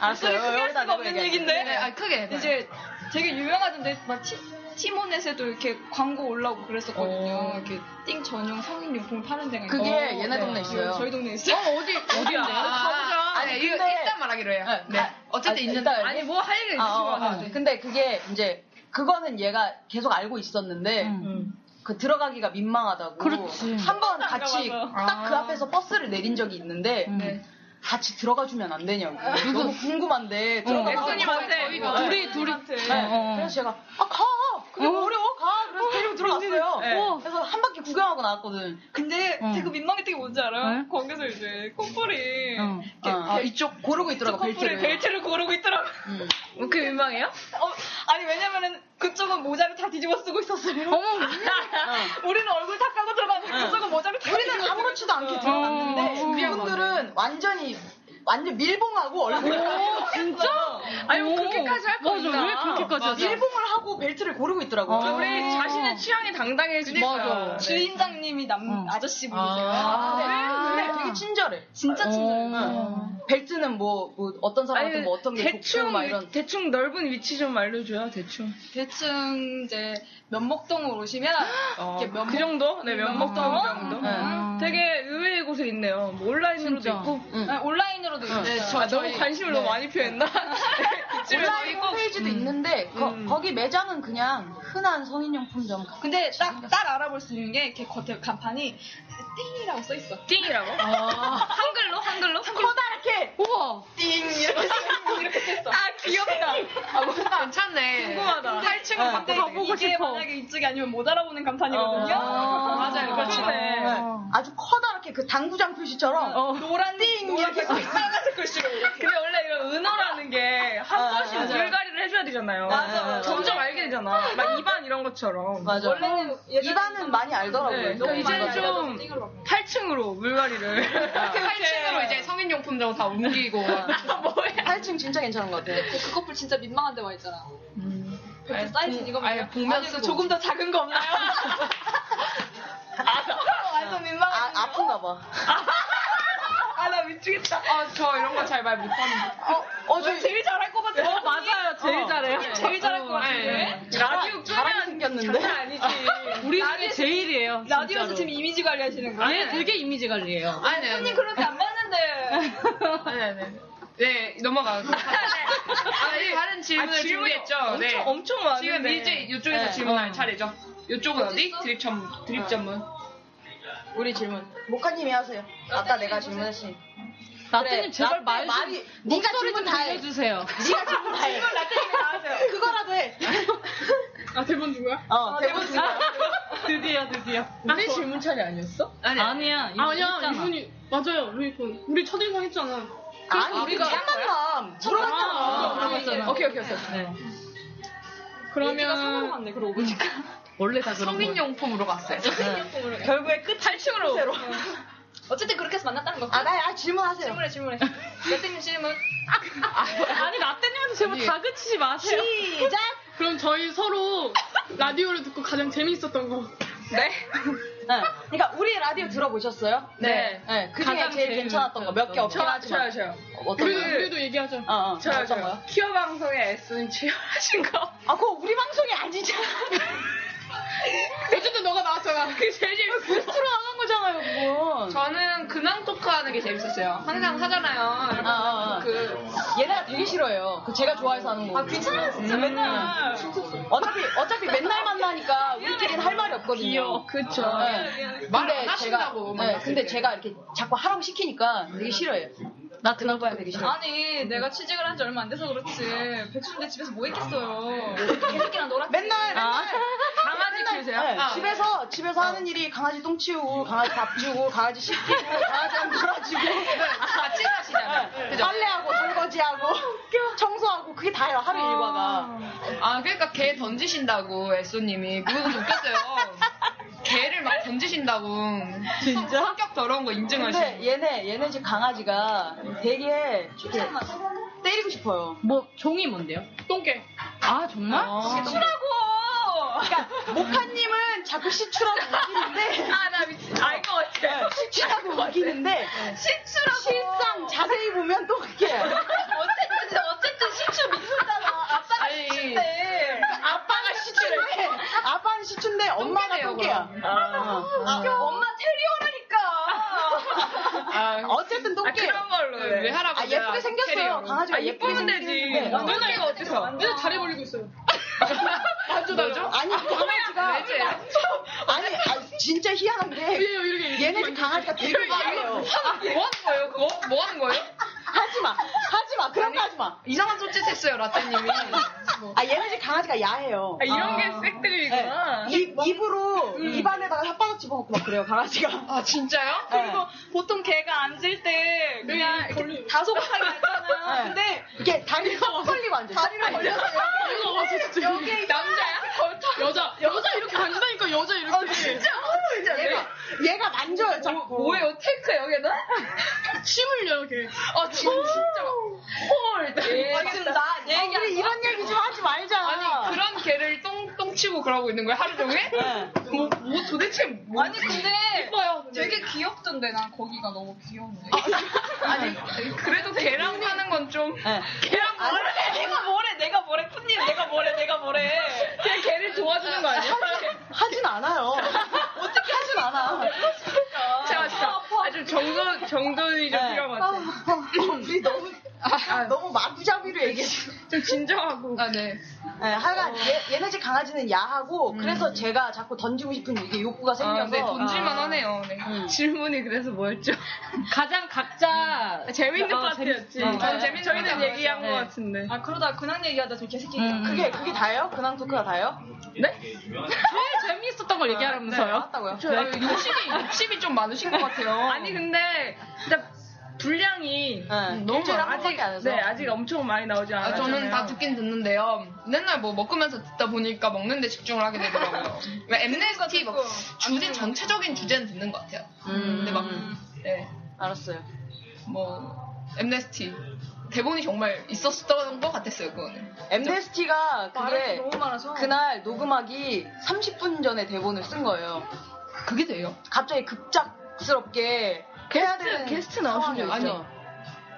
알았어요.
목소리 크게 할 수가
여기다 내고
없는
얘기할게요.
얘긴데?
네, 아, 크게. 네.
이제 되게 유명하던데, 막 티, 티모넷에도 이렇게 광고 올라오고 그랬었거든요.
어.
이렇게 띵 전용 성인용품 파는 데가
그게
있거든요.
얘네 동네 있어요.
저희 동네에 있어요. 아,
어,
*laughs*
어디, 어디야?
가보자.
아니, 네,
근데-
이거 일단 말하기로 해요. 네. 어쨌든
아니,
있는데. 어,
일단- 아니, 뭐할 얘기 있으신 것 같아요.
어,
네.
근데 그게 이제 그거는 얘가 계속 알고 있었는데
음.
그 들어가기가 민망하다고
그렇지.
한 번
음.
같이 딱 그
아.
앞에서 버스를 내린 적이 있는데
음. 네.
같이 들어가 주면 안 되냐고
음.
너무 궁금한데
음.
들어가 봐도
예수님한테
어, 둘이 둘이 네.
어,
그래서 제가 아가 그게 어. 려워
아,
가 그래서 데리고 들어갔어요
네.
어. 그래서 한 바퀴 구경하고 나왔거든
근데
어.
응.
되게 민망했던 게 뭔지 알아요?
네?
거기서 이제 콧볼이
어. 아, 이쪽 고르고 있더라고
콧볼이
벨트를
벨트를 고르고 있더라고.
그 민망해요?
어, 아니 왜냐면은 그쪽은 모자를 다 뒤집어 쓰고 있었어요. 우리는 얼굴 다 까고 들어갔는데 그쪽은 모자를 다
우리는
뒤집어
아무렇지도 않게
어,
들어갔는데 그분들은 완전히 완전 밀봉하고 얼굴
진짜?
아니, 뭐 그렇게까지 할 거
맞아,
있나?
왜 그렇게까지 하지?
밀봉을 하고 벨트를 고르고 있더라고요.
아.
우리 자신의 취향이 당당해지니까. 네.
맞아.
주인장님이 남 아저씨 분이세요.
아.
네.
어. 근데 되게 친절해. 어.
진짜
어.
친절해요.
벨트는 뭐, 뭐 어떤 사람한테
아니,
뭐 어떤 게 좋고
대충
막
위-
이런.
대충 넓은 위치 좀 알려줘요 대충
대충 이제 면목동으로
네,
오시면 이렇게 면목
그 정도 네 면목동
어?
그
음.
정도
음.
되게 의외의 곳에 있네요 뭐 온라인으로도
진짜.
있고
네, 온라인으로도 있어요.
네, 저-
아,
저희-
너무 관심을 너무 많이 표했나 네, 이쯤에서
온라인
있고
그 음.
홈페이지도 있는데 거, 거기 매장은 그냥 흔한 성인용품점 같은
근데 딱, 딱 알아볼 수 있는 게 이렇게 겉에 간판이 띵이라고 써 있어.
띵이라고 *laughs* 한글로 한글로
커다랗게
우와.
띵 이렇게 써 있어. 이렇게 써 있어. 아 귀엽다.
괜찮네.
궁금하다
8층 간판데
가보고
이게
싶어.
만약에 이쪽이 아니면 못 알아보는 간판이거든요.
아.
맞아요. 그렇죠.
그러네.
네. 아주 커다랗게 그 당구장 표시처럼
어.
어.
노란 띵 이렇게 빨간색 글씨로 이렇게. 아,
근데 원래 이런 은어라는 게 한
네.
네. 번씩 물갈이를 해줘야 되잖아요 네.
맞아, 맞아.
점점 알게 되잖아 막 입안 이런 것처럼
맞아.
원래는 예전에
입안은 많이 알더라고요.
네,
너무
이제는
많이
좀-
알더라고요.
8층으로 물갈이를
아,
8층으로 이제 성인용품점 다 옮기고.
8층 진짜 괜찮은 것 같아요.
그 커플 진짜 민망한 데 와 있잖아. 벨트 사이즈 이거
아니,
봐요.
복면
그
쓰고.
조금 더 작은 거 없나요? 아, 완전 민망해.
아, 아픈가 봐.
아, 나 미치겠다.
어, 저 이런 거 잘 말 못하는데.
어, 저
제일 잘할 것 같아. 어,
맞아요 제일 잘해요
제일 잘할 것
아,
네.
같은데.
라디오
잘하게
끄면
생겼는데.
아니지
우리 중에 제일이에요.
라디오에서
진짜로.
지금 이미지 관리하시는 거예요?
얘 되게 이미지 관리예요.
아니, 아니.
손님 그렇게 안
*laughs*
봤는데.
아니, 아니. 네, 넘어가. 아, 네, 다른 질문 을 준비했죠?
엄청,
네.
엄청 많은데.
지금 이제 이쪽에서
네.
질문할 차례죠. 이쪽은 어디? 드립 전문. 드립 전문.
우리 질문. 모카님이 하세요. 아까 내가 질문했으니.
나태님 제발
나태
말 좀,
말이- 네가
목소리 좀
질문 다 해.
들려주세요.
네가 질문 다 해. 그거라도 해.
아 대본 누구야?
어, 대본 주
*laughs* 드디어, 드디어.
우리 질문 차례 아니었어?
아니,
아니야, 이분
아니야,
했잖아.
이분이. 맞아요, 우리 분. 우리 첫인상 했잖아.
아니, 우리가 잠깐만.
아,
물어봤잖아.
물어봤잖아.
오케이 오케이 오케이.
네.
그러면.
맞네, 그러고 보니까.
원래 다 그런 네. 거.
성인용품으로 갔어요.
결국에 끝 8층으로.
어쨌든 그렇게 해서 만났다는 거.
어. 아, 나, 아, 질문하세요.
질문해, 질문해. 라떼님 질문.
아니, 라떼님한테 제발 다그치지 마세요.
시작!
그럼 저희 서로 라디오를 듣고 가장 재미있었던 거.
네.
네. 그러니까 우리 라디오 들어보셨어요?
네.
네. 그 중에
가장
제일
제일
괜찮았던 거 몇 개 없긴
저요 저요
하지만.
그 저요.
어떤
우리도,
거요?
우리도 얘기하자.
어, 어.
저요
어떤 거요?
저요. 키어 방송에 애쓴 취업하신 거.
아, 그거 우리 방송이 아니잖아.
어쨌든 너가 나왔잖아. 그게 제일 재밌어.
스스로 하는 거잖아요, 그건.
저는 근황 토크 하는 게 재밌었어요. 항상 하잖아요.
아, 아, 아.
그,
얘네가 되게 싫어해요. 그 제가 좋아해서 하는 거. 음.
아, 귀찮아, 진짜 맨날.
어차피, 어차피 맨날 만나니까 우리끼리는 할 말이
없거든요.
귀여워. 그쵸.
네.
말안
근데
하신다고,
제가,
막
네,
이렇게.
근데 제가 이렇게 자꾸 하라고 시키니까 되게 싫어해요. 나 들어봐야 되게 싫어.
아니 내가 취직을 한 지 얼마 안 돼서 그렇지 백수인데 집에서 뭐 했겠어요 개새끼랑 놀았지
맨날 아. 맨날
강아지 키우세요?
네,
아.
집에서 집에서 하는 일이 강아지 똥 치우고 강아지 밥 주고 강아지 씻기고 강아지랑 놀아주고
네, 다 찐하시잖아요.
네,
그죠?
빨래하고 설거지하고 청소하고 그게 다예요 하루
아.
일과가
아, 그러니까 개 던지신다고 애쏘님이 그거 좀 웃겼어요. 개를 막 던지신다고. 진짜? 성격 더러운 거 인증하시고.
근데 얘네 얘네 집 강아지가 되게 이렇게 때리고 싶어요
뭐 종이 뭔데요?
똥개
아 정말?
어.
시추라고 그러니까 목한님은 자꾸 시추라고 웃기는데
아나 미친 알것 같아
시추라고 웃기는데
시추라고
실상 자세히 보면 또 그게
어쨌든 어쨌든 시추 미쳤잖아 아빠가
아니,
시추인데
네. 아빠가 시추인데 아빠는 시추인데 엄마가
똥개네요,
똥개야
그럼.
아,
아, 엄마 테리어라니까
아, 뭐, 어쨌든 똥개
아, 그런 걸로 왜 하라고
아, 예쁘게
그냥
생겼어요
캐리어로.
강아지가
아,
예쁘게
예쁘면 되지.
생겼는데
누나 이거 어때서?
맨날 다리 벌리고 있어요.
맞죠, 맞죠? 아니 강아지가
왜 이래?
아니 아, 진짜 희한한 게 얘네 집 강아지가 되게 많아요.
뭐 하는 거예요, 그거? 뭐 하는 거예요?
하지 마, 하지 마, 그런 거 하지 마.
이상한 소짓 했어요, 라떼님이.
아 얘네 집 강아지가 야해요. 네.
아, 이런 게 색들이구나.
입 입으로 입안에다가 혓바닥 집어먹고 막 그래요 강아지가.
아 진짜요?
그리고 보통 개가 앉을 때 그냥 이렇게 다소곳하게 앉잖아요. 근데
이게 다리가 걸리고 앉아.
다리를 벌려서
이거 와, 진짜.
아,
여기 남자야?
여자 여자 이렇게 앉으니까 여자
아,
이렇게.
어, 진짜? 어, 진짜.
얘가
아, 얘가 만져요 자꾸.
뭐예요? 테이크 여기다?
침을 이렇게.
아 진짜. 헐.
예.
아, 지금 나내 얘기
우리 이런 얘기 좀 하지 말자.
아니 그런 개를 똥똥 치고 그러고 있는 거예요 하루 종일?
네.
뭐, 뭐 도대체 뭐?
아니 근데
예뻐요, 근데.
되게 귀엽던데 난 거기가 너무 귀여운데.
아니 그래도 개랑 사는 건 좀
네.
걔랑 뭐래? 내가 뭐래? 내가 뭐래? 쿤님 내가 뭐래? 내가 뭐래?
걔 개를 도와주는 거 아니야?
하진 않아요. 어떻게 하진 않아.
자, 자, 아주 정도 정도이 좀
네.
필요한 것 같아. 요
우리 너무 아, 너무 마구잡이로 얘기했어.
좀 진정하고. 아 네.
네, 하여간 얘, 얘네 집 강아지는 야하고 그래서 제가 자꾸 던지고 싶은 이게 욕구가 생겨서
아, 네, 던질만 하네요. 네. *laughs*
아.
질문이 그래서 뭐였죠?
가장 각자
재밌는
어,
파트였지.
재밌- 어,
저는
네.
재밌는 저희는
파트
얘기한
네.
것 같은데.
아 그러다 근황 얘기하다 저 개새끼. 음.
어. 그게 그게 다예요? 근황 토크가 다예요?
네?
제일 재미있었던 걸
네,
얘기하면서요.
알았다고요.
저 욕심이 욕심이 좀 많으신 것 같아요. 아니 근데 진짜 분량이 너무
예, 일주일에 한
아직
번밖에 안 해서.
네 아직 엄청 많이 나오지
아,
않아요.
저는 다 듣긴 듣는데요. 맨날 뭐 먹으면서 듣다 보니까 먹는데 집중을 하게
*laughs*
되더라고요. 왜 MNST 막 주제 전체적인 주제는 듣는 것 같아요.
음,
근데 막 네.
음, 알았어요.
뭐 MNST 대본이 정말 있었던 것 같았어요 그거는.
엠네스티가
말할 게
그게
너무 많아서.
그날 녹음하기 30분 전에 대본을 쓴 거예요.
그게 돼요?
갑자기 급작스럽게 해야 되는
게스트 나오신 적
상황이
있죠?
있죠.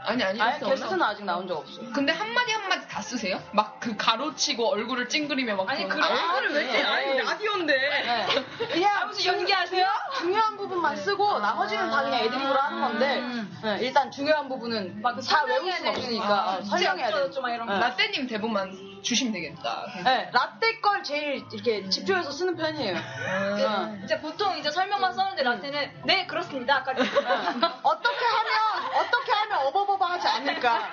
아니 아니.
아니 게스트는 아직 나온 적 없어.
근데 한마디 한마디 다 쓰세요? 막 그 가로치고 얼굴을 찡그리며 막
아니
그런
그런
거.
거를 왜 지? 아니 라디오인데.
네. 그냥
아무튼 연기하세요? 아. 음.
중요한 부분만 쓰고 나머지는 다 그냥 애드립으로 하는 건데 네, 일단 중요한 부분은 다 외울 수는 없으니까
음.
어, 설명해야 돼.
좀 이런
아.
거.
라떼님 대본만 주시면 되겠다.
네, 라떼 걸 제일 이렇게 집중해서 쓰는 편이에요. 어.
음. 이제 보통 이제 설명만 썼는데 나한테는 네 그렇습니다. 아까
음. 어떻게 하면 어떻게 하면 어버버버 하지 않을까.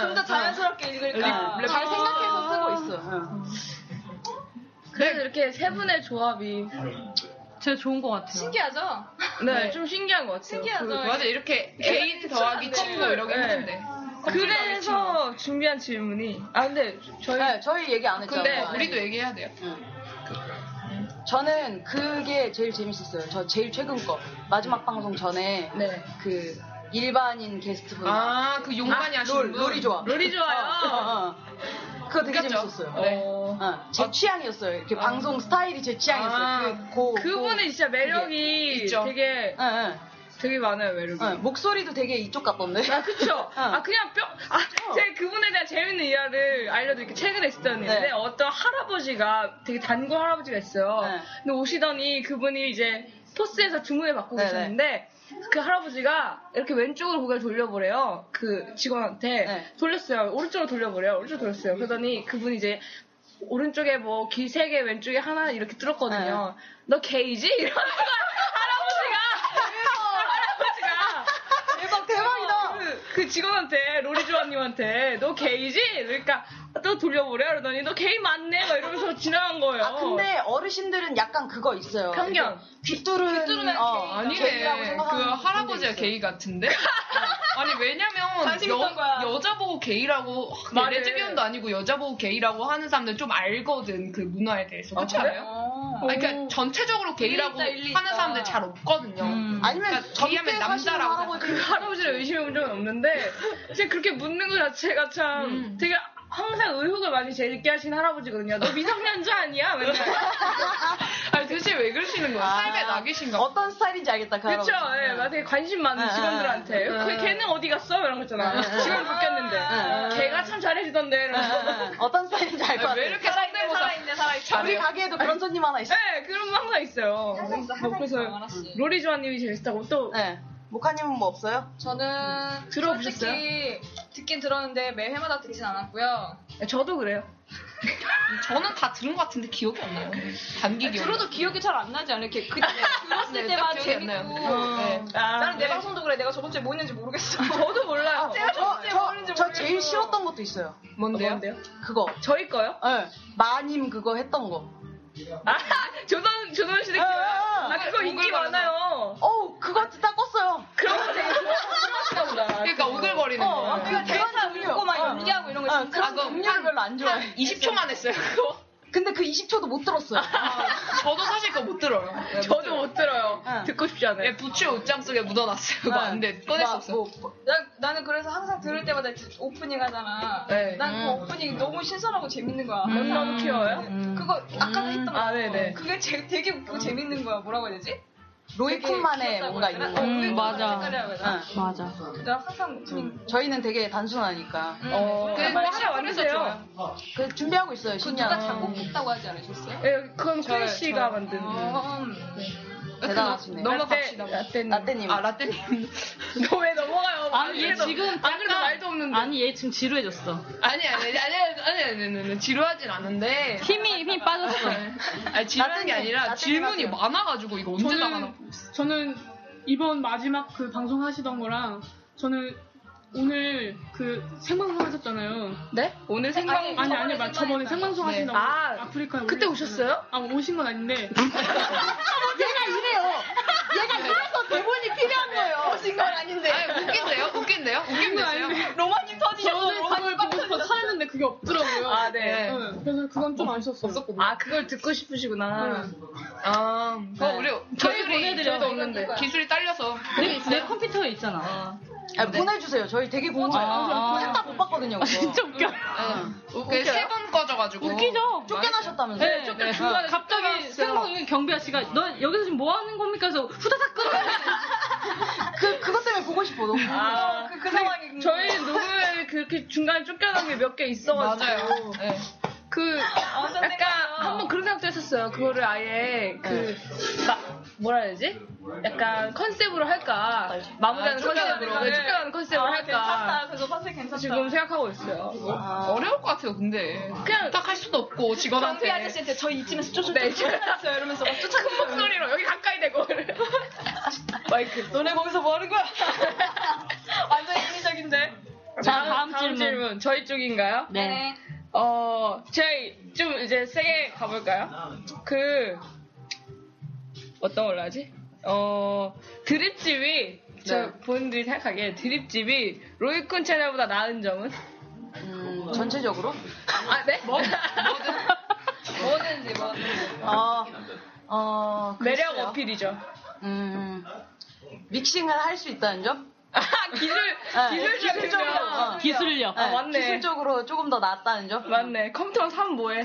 좀 더 자연스럽게 읽을까.
잘 생각해서 쓰고 있어.
음.
응.
그래서 이렇게 세 분의 조합이
네. 제일 좋은 것 같아요.
신기하죠?
네 좀 신기한 것 같아요.
신기하죠?
그-
맞아 이렇게 애인 더하기 친구 네. 이러기
네.
힘든데.
그래서 준비한 질문이 아 근데 저희
네, 저희 얘기 안 했잖아요.
근데 우리도 얘기해야 음. 돼요.
저는 그게 제일 재밌었어요. 저 제일 최근 거 마지막 방송 전에
네.
그 일반인 게스트분
아, 그 용만이
아,
하시는
롤,
분.
롤이 좋아.
롤이 좋아요.
어, 어, 어. 그거 되게
웃겼죠?
재밌었어요.
네.
어, 제 취향이었어요. 이렇게 방송 스타일이 제 취향이었어요.
아,
그, 고,
그분은
고.
진짜 매력이
있죠.
되게
예, 예.
되게 많아요 매력이.
어, 목소리도 되게 이쪽 같던데. 어.
아
*laughs*
그쵸. 아 그냥 뼈. 아제 그분에 대한 재밌는 일화를 알려드릴게요. 최근에 있었는데
네.
어떤 할아버지가 되게 단골 할아버지가 있어요.
네.
근데 오시더니 그분이 이제 토스에서 주문을 받고
네,
계셨는데 그 할아버지가 이렇게 왼쪽으로 고개를 돌려보래요. 그 직원한테 돌렸어요. 오른쪽으로 돌려보래요. 오른쪽 으로 돌렸어요. 그러더니 그분이 이제 오른쪽에 뭐 기 세 개 왼쪽에 하나 이렇게 뚫었거든요. 너 게이지? 이러는 거야. 할아버지가. 대박 대박이다. 그, 그 직원한테 로리 조아님한테 너 게이지? 그러니까 또 돌려보래 그러더니 너 게이 맞네 막 이러면서 지나간 거예요.
아, 근데 어르신들은 약간 그거 있어요.
편견.
뒷두른
뚫으면
어, 게이, 라고
어, 아니네. 그
생각하는
할아버지가 게이
*laughs*
같은데. 아니 왜냐면
관심 있던 거야.
여, 여자 보고 게이라고 하, 그
맞아.
레즈비언도 아니고 여자 보고 게이라고 하는 사람들 좀 알거든 그 문화에 대해서 그렇지
그래?
않아요?
어.
아니, 그러니까 전체적으로 게이라고
일리 있다, 일리
하는
있다.
사람들 잘 없거든요.
아니면
그러니까
게이하면 남자라고
그 할아버지를 의심해본 적은 없는데 진짜 그렇게 묻는 것 자체가 참
음.
되게 항상 의혹을 많이 제기하시는 할아버지거든요. 너 미성년자 아니야?
*laughs*
맨날.
아니 도대체 왜 그러시는 거예요? 삶에 낙이신가?
아. 어떤 스타일인지 알겠다. 그
그쵸?
할아버지.
예, 막 되게 관심 많은
아,
직원들한테.
아, 아.
그 걔는 어디 갔어? 이런 거 있잖아.
아, 아.
직원 바뀌었는데.
아, 아.
걔가 참 잘해주던데. 이러면서.
어떤 스타일인지 알 것 같아.
왜 이렇게 상대모사.
우리 가게에도 그런 손님 하나 있어.
네, 그런 거 항상 있어요.
항상 있어,
뭐
항상
그래서
있어, 알았어.
로리 조아님이 재밌다고 또
네. 목카님은 뭐 없어요?
저는
들어보셨어요?
음. 솔직히 듣긴 들었는데 매 회마다 듣진 않았고요.
저도 그래요.
*laughs*
저는 다 들은 것 같은데 기억이 안 나요. 단기 기억.
들어도 기억이 잘 안 나지 않아요? 이렇게 그, 들었을
네, 딱
때만
기억이 안
재밌고.
나요.
네.
음, 아,
나는 내
네. 아,
방송도 그래. 내가 저번 주에 뭐 했는지 모르겠어.
저도 몰라요.
제가 저번 주에 뭐 했는지
저
모르겠어.
제일 쉬웠던 것도 있어요.
뭔데요?
그거.
저희 거요?
예. 마님 그거 했던 거.
아, 조선, 조선시대 기억.
아,
아, 그거 인기 많아요.
어우, 그거 진짜 껐어요.
그런 거 되게 좋아하시나 보다.
그러니까
뭐
오글거리는
어,
거.
아, 그러니까
대사
그런
읽고 막
음료.
연기하고 이런 거
아,
진짜.
그런 음료를 별로 안 좋아해.
20초만 했어요 그거.
근데 그 20초도 못 들었어요.
저도 사실 그거 못 들어요. 네,
저도 못 들어요.
네.
듣고 싶지 않아요.
예, 부츠 옷장 속에 묻어놨어요. 그거
아,
아,
안 돼. 꺼낼 수
막
없어.
뭐, 뭐,
난, 나는 그래서 항상 들을 때마다 이제 오프닝 하잖아.
네.
난 그 오프닝이 너무 신선하고 재밌는 거야.
너무 귀여워요?
네. 그거 아까 했던 거.
아, 네네.
그게 제- 되게 웃기고 재밌는 거야. 뭐라고 해야 되지?
로이쿤만의 뭔가 있는 거. 어.
음, 맞아.
맞아.
맞아.
난 항상 오프닝.
음. 저희는 되게 단순하니까.
어,
근데 뭐 하나
완주세요.
그 준비하고 있어요,
그
신년.
누가 작곡했다고 하지 않으셨어요?
예, 그건 쿠리 씨가 만든.
그 대단하시네.
너무
라떼,
갑시다.
라떼님.
라떼님.
아, 라떼님.
너 왜 넘어가요?
아니 얘
그래도-
지금
아, 그래도 말도 없는데.
아니 얘 지금 지루해졌어.
아니, 아니, 아니, 아니, 아니, 아니, 아니, 아니, 지루하진 않은데.
힘이 힘이 빠졌어.
네.
아니, 지루한 게 아니라
라떼님
질문이
하세요.
많아가지고 이거 언제 나가나.
저는, 저는 이번 마지막 그 방송 하시던 거랑 저는 오늘 그 생방송 하셨잖아요.
네? 오늘 생방.
아니,
아니 아니 맞 저번에 생방송 하신 거
아,
아프리카
그때 오셨어요?
아 오신 건 아닌데
얘가 이래요. 얘가 이래서 대본이 필요한 거예요.
오신 건 아닌데.
아니, 웃긴데요? 웃긴데요? 웃긴데요?
로마님 터지셔서
저는 그걸 보고 싶어 찾았는데 그게 없더라고요.
아, 네.
응, 그래서 그건 좀 아쉬웠어요.
아, 그걸 듣고 싶으시구나.
아, 그거 우리,
저희
기술이,
보내드려요.
저희도 없는데. 기술이 딸려서. 어,
내, 내 컴퓨터에 있잖아.
어.
아, 보내주세요. 저희 되게 궁금해요.
아,
셋 다 못 봤거든요.
진짜 웃겨.
세번 꺼져가지고.
웃기죠?
쫓겨나셨다면서요?
네, 네. 갑자기 생방송 경비아 씨가 너 여기서 지금 뭐 하는 겁니까? 그래서 후다닥 끊어.
그, 그것 때문에 보고 싶어. 너무.
아,
그, 그 상황이.
저희 녹음에 그렇게 중간에 쫓겨난 게 몇 개 있어가지고.
맞아요. 네.
그,
선생님.
약간 한번 그런 생각도 했었어요. 그거를 아예 그, 막, 뭐라 해야 되지? 약간 컨셉으로 할까. 마무리하는
아,
컨셉으로.
쫓겨나는
네,
거를.
쫓겨나는 컨셉으로
아,
할까.
괜찮다. 그거 컨셉 괜찮다.
지금 생각하고 있어요.
어려울 것 같아요, 근데.
그냥
딱 할 수도 없고,
정비
직원한테.
아저씨한테 저 이쯤에서
네.
쫓아쫓아쫓아요 이러면서 막 쫓아.
큰 목소리로 여기 가까이 대고. 마이크.
너네 거기서 뭐 하는 거야? 완전 인위적인데.
자, 다음 질문.
저희 쪽인가요?
네.
어, 저희 좀 이제 세게 가볼까요? 그, 어떤 걸로 하지? 어, 드립집이, 저 본인들이 생각하기에 드립집이 로이쿤 채널보다 나은 점은?
음, 전체적으로?
아, 네? 뭐?
뭐든지 뭐든지.
어, 어,
*laughs* 매력
글쎄요.
어필이죠.
음, 믹싱을 할 수 있다는 점?
아, 기술,
네,
기술적이죠.
기술적으로, 어.
기술력.
아,
네,
맞네.
기술적으로 조금 더 낫다는 점?
맞네. 컴퓨터랑 사면 뭐해?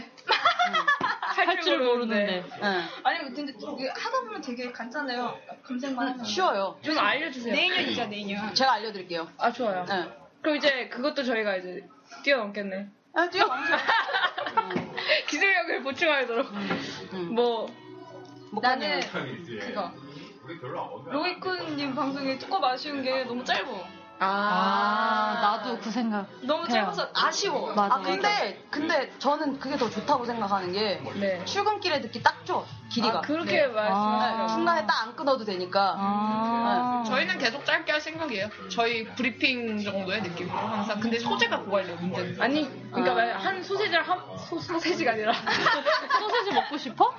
할 줄 모르는데.
네.
아니 근데 이게 하다 보면 되게 간단해요. 검색만 하면.
쉬워요.
좀 알려주세요.
내인형이죠 내인형.
제가 알려드릴게요.
아, 좋아요.
네.
그럼 이제 그것도 저희가 이제 뛰어넘겠네.
음.
아, 뛰어.
*laughs* 기술력을 보충하도록.
음.
뭐,
나는 그거. 로이쿤님 방송이 조금 아쉬운 게 너무 짧어.
아, 나도 그 생각.
너무
해요.
짧아서 아쉬워.
맞아,
아 근데 근데 저는 그게 더 좋다고 생각하는 게 출근길에 듣기 딱 좋아. 길이가.
아, 그렇게 네. 말씀하시더라고요.
아.
네, 중간에 딱 안 끊어도 되니까. 네.
아. 저희는 계속 짧게 할 생각이에요. 저희 브리핑 정도의 느낌으로 항상. 근데 소재가 고갈돼요, 문제는.
아니, 그러니까 말한 소세지를 한 소, 소세지가
*laughs*
아니라 소세지 먹고 싶어?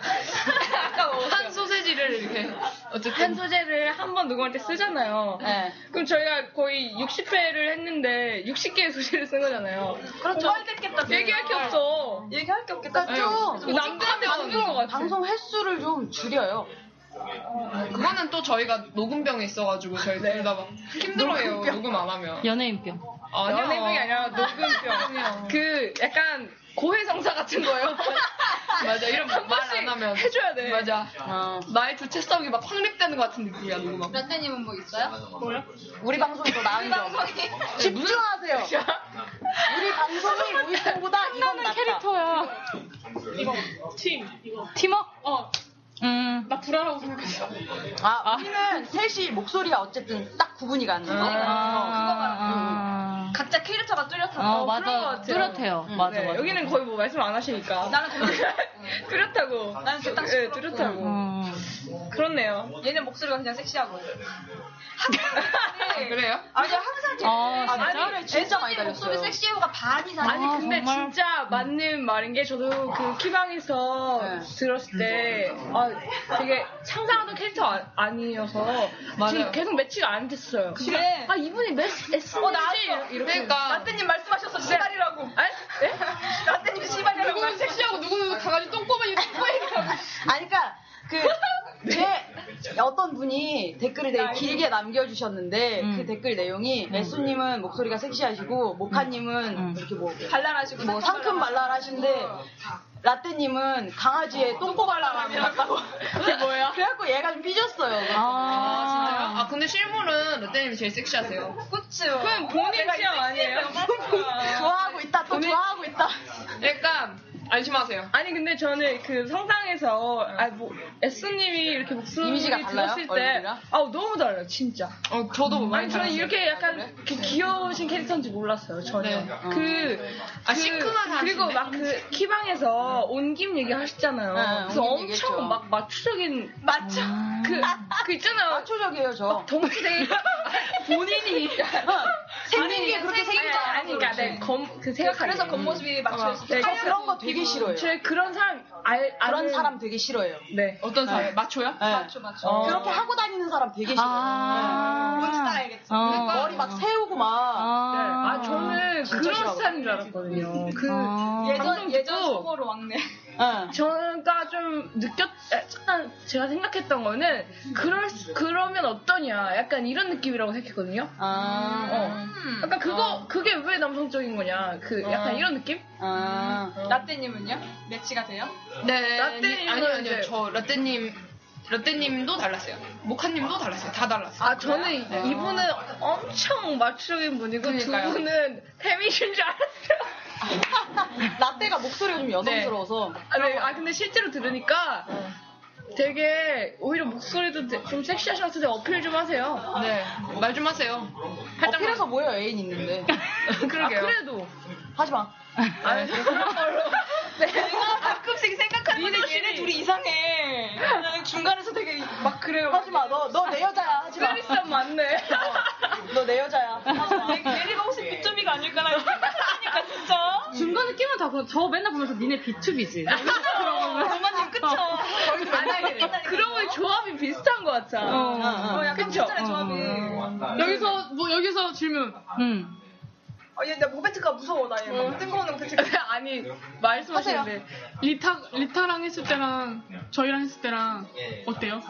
아까
한 소세지를 이렇게 어쨌든
한 소재를 한 번 누구한테 쓰잖아요.
네.
그럼 저희가 거의 60회를 했는데 60개의 소재를 쓴 거잖아요.
그렇죠.
얘기할 게 없어.
예.
얘기할 게 없겠다.
네.
좀
그래서 남들한테 안 들은 것 같아.
방송 횟수를 좀 줄여요.
그거는 또 저희가 녹음병이 있어가지고 저희 둘 다 막 힘들어해요.
네. 녹음병.
녹음 안 하면.
연예인병.
아니야.
연예병이 아니라 녹음병. 그 약간 고해성사 같은 거예요.
*laughs* 맞아 이런
한
말 안
번씩
하면
해줘야 돼.
맞아 나의 주체성이 막 확립되는 것 같은 느낌이야 누구 막
라떼님은 뭐 있어요? 뭐요?
우리 방송이 더 나은 점.
집중하세요. 우리 방송이 우리 방보다 이건 낫다.
캐릭터야.
이거 팀 이거
팀워?
어.
음.
나 불안하고 생각했어.
아, 우리는 셋이 목소리가 어쨌든 딱 구분이 가는
아,
거.
아,
각자 캐릭터가 뚜렷하고
어,
어,
아. 맞아.
그런 것 같아요. 음. 네.
뚜렷해요. 맞아, 맞아.
여기는 거의 뭐 말씀 안 하시니까. 나는 *laughs* 뚜렷하고. 나는
그딱
예,
어.
뚜렷하고.
음. 아,
그렇네요.
얘는 목소리가
*laughs*
그냥 섹시하고.
아, 그래요?
아니 항상
아, 진짜?
아니,
진짜 많이
애써님 목소리
달렸어요.
섹시해요가 반 이상.
아니 근데 진짜 맞는 말인 게 저도
아.
그 키방에서
네.
들었을 때 아, 되게 상상하던 캐릭터 아, 아니어서
맞아요.
지금 계속 매치가 안 됐어요.
그래.
아 이분이 몇 S
어, 나도.
이렇게
그러니까.
라떼님 말씀하셨어 시발이라고.
에?
라떼님 시발이라고.
누구는 섹시하고 누구는 강아지 똥꼬만
*laughs*
아니, 그니까, 그, 제, 어떤 분이 댓글을 되게 길게 남겨주셨는데, 그 댓글 내용이, 메수님은 목소리가 섹시하시고, 모카님은 이렇게 뭐,
발랄하시고,
뭐, 상큼 발랄하신데, 라떼님은 강아지에 똥꼬 발랄함이라고.
그게 뭐예요?
*laughs* 그래갖고 얘가 좀 삐졌어요.
아 진짜요? 아 근데 실물은 라떼님이 제일 섹시하세요
그쵸.
그건 본인
내가
취향 아니에요?
좋아하고 있다, 또 좋아하고 있다.
약간 안심하세요.
아니 근데 저는 그 성상에서 아뭐 에스님이 이렇게 목소리
이미지가 달라요?
들었을 때
얼굴이랑?
아우 너무 달라요 진짜.
어 저도 많이
아니 저는
달랐어요.
이렇게 약간 이렇게 귀여우신 캐릭터인지 몰랐어요 전혀.
네.
그,
아,
그-
시큼한
그리고
사람이네.
막 그 키방에서 온김 얘기하셨잖아요.
네,
그래서
온김
엄청
얘기했죠.
막 마초적인 마초 그, 그 있잖아요. 어,
마초적이에요 아.
*laughs*
저.
동생 본인이
생긴 게 그렇게 생긴 줄 알아서
아니 그러니까
그렇지.
네, 검, 그 생각하기.
그래서 겉모습이 맞춰있어. 하얀
그런 거 되게 싫어요.
네, 저 그런 사람 알
그런
아는-
사람 되게 싫어요.
음. 네. 아,
어떤 사람? 마초요?
네.
마초, 마초.
그렇게 하고 다니는 사람 되게 싫어요.
아.
네.
뭔지 다 알겠죠.
어.
그러니까.
머리 막 세우고 막.
아,
아, 저는
진짜
그런
싫어하고.
스타일인 줄 알았거든요. 그
아.
예전 예전
듣고
속어로 왕래.
네.
저가 좀 느꼈, 아, 약간 제가 생각했던 거는 그럴 수- 그러면 어떠냐, 약간 이런 느낌이라고 생각했거든요. 아, 어. 약간 그거 그게 왜 남성적인 거냐, 그 약간
아.
이런 느낌?
아.
라떼님은요? 매치가 돼요?
네
라떼님은
아니요 아니요
이제-
저 라떼님 라떼님도 달랐어요 모카님도 달랐어요 다 달랐어요
아, 저는
네.
이분은
아,
엄청 마초적인 분이고
그러니까요.
두 분은 뱀이신 줄 알았어요.
라떼가 목소리가 좀 여성스러워서.
아, 네. 아, 근데 실제로 들으니까 되게 오히려 목소리도 되- 좀 섹시하셔서 어필 좀 하세요.
네. 말 좀 하세요.
아,
어필해서 뭐예요 애인 있는데.
그러게요. 그래도
하지 마.
아니, 그런 걸로.
내가 가끔씩 생각하는데 얘네 둘이 이상해. 나는 중간에서 되게 막 그래요.
하지 마. 너 너 내 여자야. 하지 마. 어,
페리쌈 맞네.
너 내 여자야.
아,
하지 마.
얘네가 혹시 빅점이가 아닐까 나 생각하니까 진짜.
중간에 끼면 다, 그런- 저 맨날 보면서 니네 비투비지.
부모님 그쵸? 거기서
아니, 아니, 그러면 조합이 비슷한 것 같아.
어, 어, 어,
약간
그쵸?
비슷하네, 조합이.
어.
여기서 뭐 여기서 질문.
음.
아, 얘, 나 모베트가 무서워, 나 얘.
어.
막 뜬금없는 모베트가.
아니, 말씀하시는데.
리타 리타랑 했을 때랑 저희랑 했을 때랑 어때요?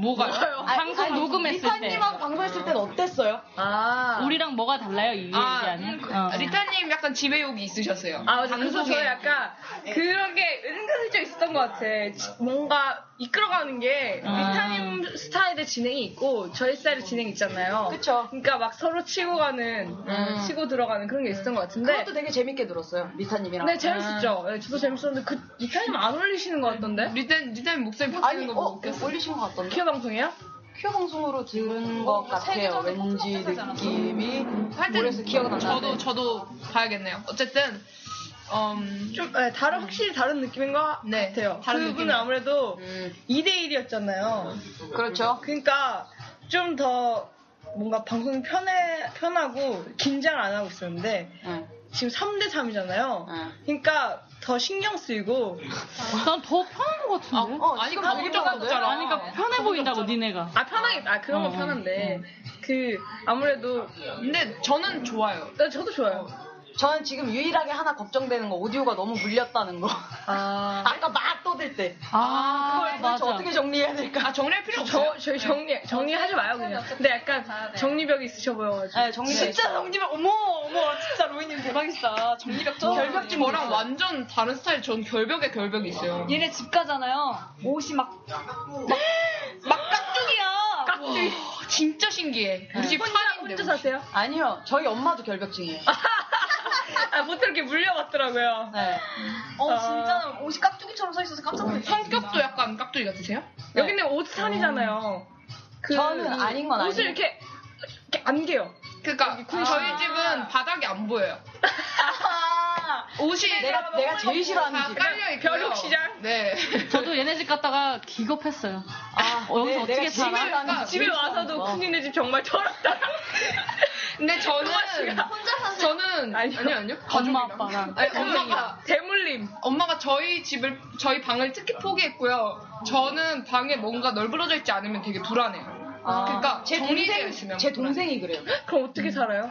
뭐가요?
아,
방송 녹음했을 때.
리타님하고 방송했을 때는 어땠어요?
아.
우리랑 뭐가 달라요, 이
음,
얘기하는?
그
어.
리타님 약간 지배욕이 있으셨어요.
아, 맞아. 그래서
방송에.
저 약간 그런 게 은근슬쩍 있었던 것 같아. 지- 뭔가 이끌어가는 게
아.
리타님 스타일의 진행이 있고 저희 스타일의 진행이 있잖아요.
그쵸.
그러니까 막 서로 치고 가는, 치고 들어가는 그런 게 있었던 것 같은데.
그것도 되게 재밌게 들었어요. 리타님이랑.
아.
아,
네, 재밌었죠. 네, 저도 재밌었는데 그 리타님 안 올리시는 것 같던데?
리타님, 리타님 목소리
아니
바뀌는 거
어
보고 웃겼어.
올리신 것 같던데.
키어 방송이요?
큐 방송으로 들은 것 같아요. 왠지 느낌이. 모르겠어요. 기억은 안 나는데.
저도 저도 봐야겠네요. 어쨌든 음, 네,
좀 네, 다른 확실히 다른 느낌인 것 같아요.
다른
그분은
느낌이요. 음.
아무래도 2대 1이었잖아요. 그렇죠. 그러니까 좀 더 뭔가 방송이 편해 편하고 긴장 안 하고 있었는데 지금 3대 3이잖아요.
음.
그러니까 더 신경 쓰이고 난 더 편한 것 같은데.
아니, 지금 방금 좀 없잖아. 아니, 그러니까 편해 보인다고, 니네가.
아 편하게 아 그런 건
어,
편한데 그 아무래도 근데 저는 좋아요. 저도 좋아요.
저는 지금 유일하게 하나 걱정되는 거 오디오가 너무 물렸다는 거.
아.
아까 막 떠들 때.
아,
그걸 도대체 어떻게 정리해야 될까?
정리할 필요 없어요. 네. 저희 정리 정리하지 마요 그냥. 근데 약간 정리벽이 있으셔 보여가지고.
네, 정리벽
진짜
정리벽. 어머 어머 진짜 로이님 대박이다. 어, 정리벽
결벽 중 저랑 완전 다른 스타일. 전 결벽에 결벽이 있어요.
얘네 집 가잖아요. 옷이 막. 막 깍두기야.
깍두기. 진짜
네.
신기해. 우리 집
혼자 사세요?
아니요, 저희 엄마도 결벽증이에요.
아, 보통 이렇게 물려봤더라고요.
네.
어,
아.
진짜 옷이 깍두기처럼 서 있어서 깜짝 놀랐어요.
성격도 약간 깍두기 같으세요?
여기는 옷 산이잖아요. 그
저는 아닌 건
옷을
아니에요.
이렇게 이렇게 안개요.
그러니까 저희 집은 바닥이 안 보여요. 옷이
내가- 내가 제일 싫어하는
다
집.
깔려 있고
벼룩시장?
네.
저도 얘네 집 갔다가 기겁했어요. 아, 어, 여기서 어떻게 살아?
집에
그러니까.
와서도 큰이네 집 정말 더럽다.
*laughs* 근데 저는 저는 아니요 아니요
엄마,
가족이랑.
아빠랑. 네,
아니, 엄마가
선생님이랑. 대물림
엄마가 저희 집을 저희 방을 특히 포기했고요. 저는 방에 뭔가 널브러져 있지 않으면 되게 불안해요.
아,
아,
그러니까
제
정리되어
동생,
있으면 음.
제 동생이 그래요.
그럼 어떻게 살아요?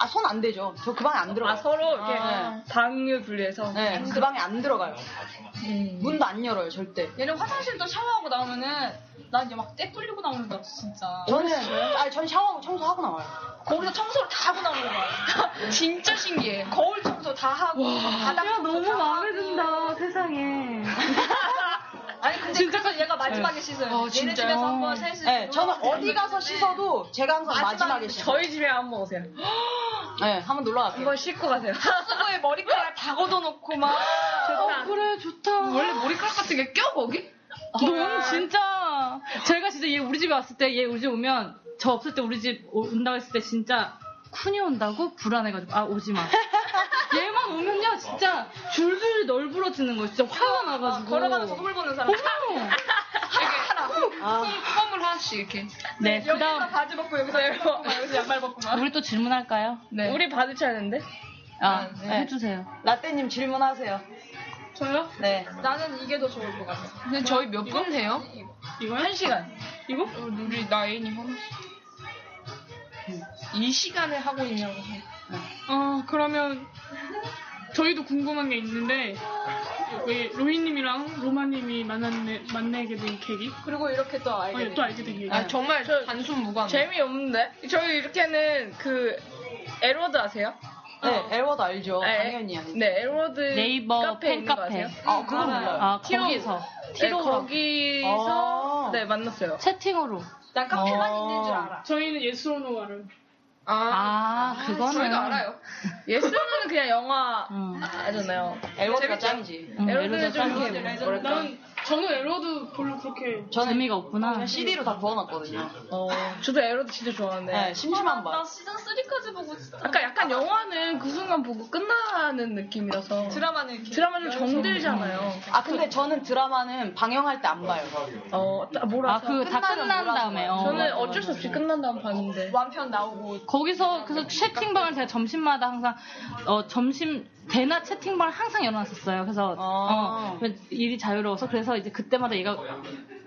아, 손 안 대죠. 저 그 방에 안 들어가요.
아, 서로 이렇게 방을 분리해서?
네, 그 방에 안 들어가요. 문도 안 열어요, 절대.
얘는 화장실도 샤워하고 나오면은 난 이제 막 떼뿔리고 나오는 줄 알았어, 진짜.
저는, 아, 전 샤워하고 청소하고 나와요.
거기서 청소를 다 하고 나오는
*laughs*
거야.
진짜 신기해.
거울 청소 다 하고
아,
바닥 청소
너무
다
마음에
하고.
든다, 세상에.
아니 근데 그래서 얘가 마지막에
네.
씻어요.
아,
어,
얘네
진짜요?
집에서 한번 세수.
네, 저는 어디 가서 씻어도 제가 항상 마지막에 씻어요.
저희 집에 한번 오세요.
네, 한번 놀러 가세요.
한번
*laughs*
씻고 가세요.
수고에 머리카락 다 걷어놓고 막.
어, 그래, 좋다.
원래 머리카락 같은 게 껴, 거기?
너무 진짜. 제가 진짜 얘 우리 집에 왔을 때, 얘 우리 집 오면, 저 없을 때 우리 집 오- 온다고 했을 때 진짜 쿤이 온다고 불안해가지고, 아, 오지 마. 얘만 오면요, 진짜 줄줄 널브러지는 거예요. 진짜 화가 나가지고.
걸어가면서 소물 보는 사람.
어머.
아,
껌을 하나씩 이렇게.
네,
여기서
그다음-
바지 벗고 여기서 이렇게 벗고 여기서 양말 벗고 막.
우리 또 질문할까요?
우리 바지 차는데?
아,
네.
해주세요.
라떼님 질문하세요.
저요?
네.
나는 이게 더 좋을 것 같아.
근데 저희 몇 분 해요? 어,
이거 한 시간. 이거?
우리 나인이 한. 이 시간에 하고 있냐고.
아 그러면 저희도 궁금한 게 있는데 왜 로이님이랑 로마님이 만났네 만나게 된 계기? 어,
그리고 이렇게 또
알게 된, 계기.
아, 정말 단순 무관.
재미없는데? 저희 이렇게는 그, 에로드 아세요?
네, 엘워드 알죠.
네,
당연히 알죠.
네, 엘워드
네이버
카페 있는 거
팬카페.
아세요?
아, 그건 몰라요. 아, 거기서.
티로
티로로.
네,
아.
거기서 네 만났어요.
채팅으로.
난
카페만
어.
있는 줄
알아.
저희는 예스로노 알아요.
아, 그거는.
저희가 알아요. *laughs* 예스로는 그냥 영화
음.
아잖아요.
엘워드가 짱이지.
음,
엘워드는 좀
엘워드가
이렇게
짱이지.
뭐랄까.
난 저는 엘로드 별로 그렇게
저는
재미가 없구나.
CD로 다 구워놨거든요.
어, 저도 에로드 진짜 좋아하는데.
네, 심심한 밤.
어, 나 시즌 3까지 보고 진짜.
아까 약간 영화는 그 순간 보고 끝나는 느낌이라서
드라마는 이렇게 음.
드라마는 정들잖아요.
아 근데 저는 드라마는 방영할 때 안 봐요.
어,
몰아서. 아, 그다 끝난 다음에, 어,
저는
맞아,
어쩔 수 없이 끝난 다음 봤는데.
어, 완편 나오고
거기서 그래서 채팅방을 제가 점심마다 항상 어, 점심 대낮 채팅방을 항상 열어놨었어요. 그래서
아.
어, 그래서 일이 자유로워서 그래서 이제 그때마다 얘가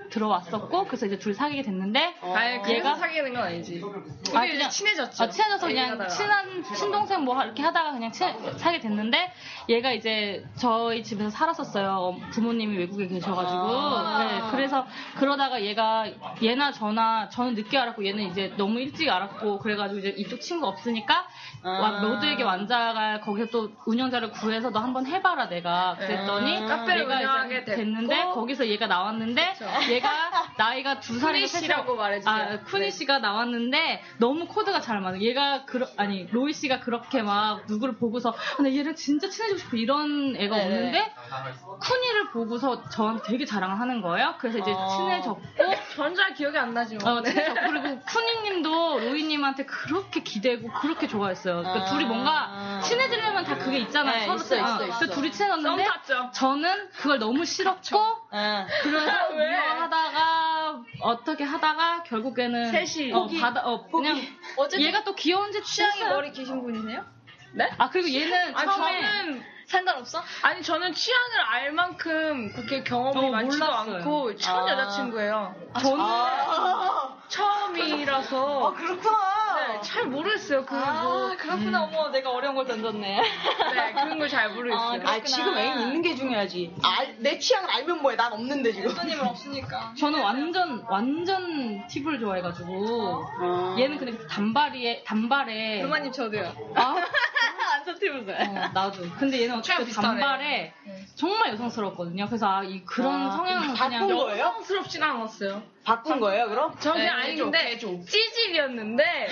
들어왔었고 그래서 이제 둘이 사귀게 됐는데
아예 그래서 사귀는 건 아니지.
어. 아,
우리 이제
그냥-
친해졌죠. 네,
아, 친해져서 그냥
그렇죠. 얘기하다가.
친한 친동생 뭐 하- 이렇게 하다가 그냥 친, 사게 됐는데 얘가 이제 저희 집에서 살았었어요. 어, 부모님이 외국에 계셔가지고
아.
네, 그래서 그러다가 얘가 얘나 저나 저는 늦게 알았고 얘는 이제 너무 일찍 알았고 그래가지고 이제 이쪽 친구 없으니까
아.
와, 너도에게 완자가 거기서 또 운영자를 구해서 너 한번 해봐라 내가 그랬더니
아. 카페를
얘가
운영하게
이제 됐는데 거기서 얘가 나왔는데 얘가 나이가 두 살이
쿠니 씨라고 말해주세요. 네.
아, 쿠니 씨가 나왔는데 너무 코드가 잘 맞아. 얘가 그러, 아니 로이 씨가 그렇게 막 누구를 보고서 아, 나 얘랑 진짜 친해지고 싶어 이런 애가
네네.
없는데 쿠니를 보고서 저한테 되게 자랑하는 거예요. 그래서 이제
어.
친해졌고 전잘 기억이 안 나지 뭐.
어, 진짜. 그리고 쿠니님도 로이님한테 그렇게 기대고 그렇게 좋아했어요. 그러니까
아.
둘이 뭔가 친해지려면 다 그게 있잖아요.
네,
서로
있어, 있어,
어,
있어.
그래서 둘이 친해졌는데 저는 그걸 너무 싫었고
네.
아,
그래서
*laughs* 왜?
미워하다가 어떻게 하다가 결국에는
셋이
어,
포기.
받아 어 그냥
어쨌든
얘가 또 귀여운지
취향이
됐어요.
머리 기신 분이세요?
네? 아 그리고 얘는
아니,
처음에
저는
상관없어?
아니 저는 취향을 알 만큼 그렇게 경험이
어,
많지도
몰랐어요.
않고 처음
아.
여자친구예요.
아,
저는
아.
처음이라서
아, 그렇구나.
네, 잘 모르겠어요. 그
아,
뭐.
그렇구나. 어머, 내가 어려운 걸 던졌네.
네, 그런 걸 잘 모르겠어요.
아, 그렇구나.
지금 애인 있는 게 중요하지. 알, 내 취향을 알면 뭐해. 난 없는데 지금.
손님은 없으니까.
저는 완전 완전 팁을 좋아해가지고 얘는 근데 단발이에
네.
단발에
루마님 저도요.
아?
*laughs* 안전 팁을
어, 나도. 근데 얘는
취향
어차피
비슷하네.
단발에 정말 여성스럽거든요. 그래서 아, 이 그런
아,
성향은
바꾼
그냥
거예요?
성스럽진 않았어요.
바꾼 거예요 그럼?
저는
네,
아닌데
*laughs*
찌질이었는데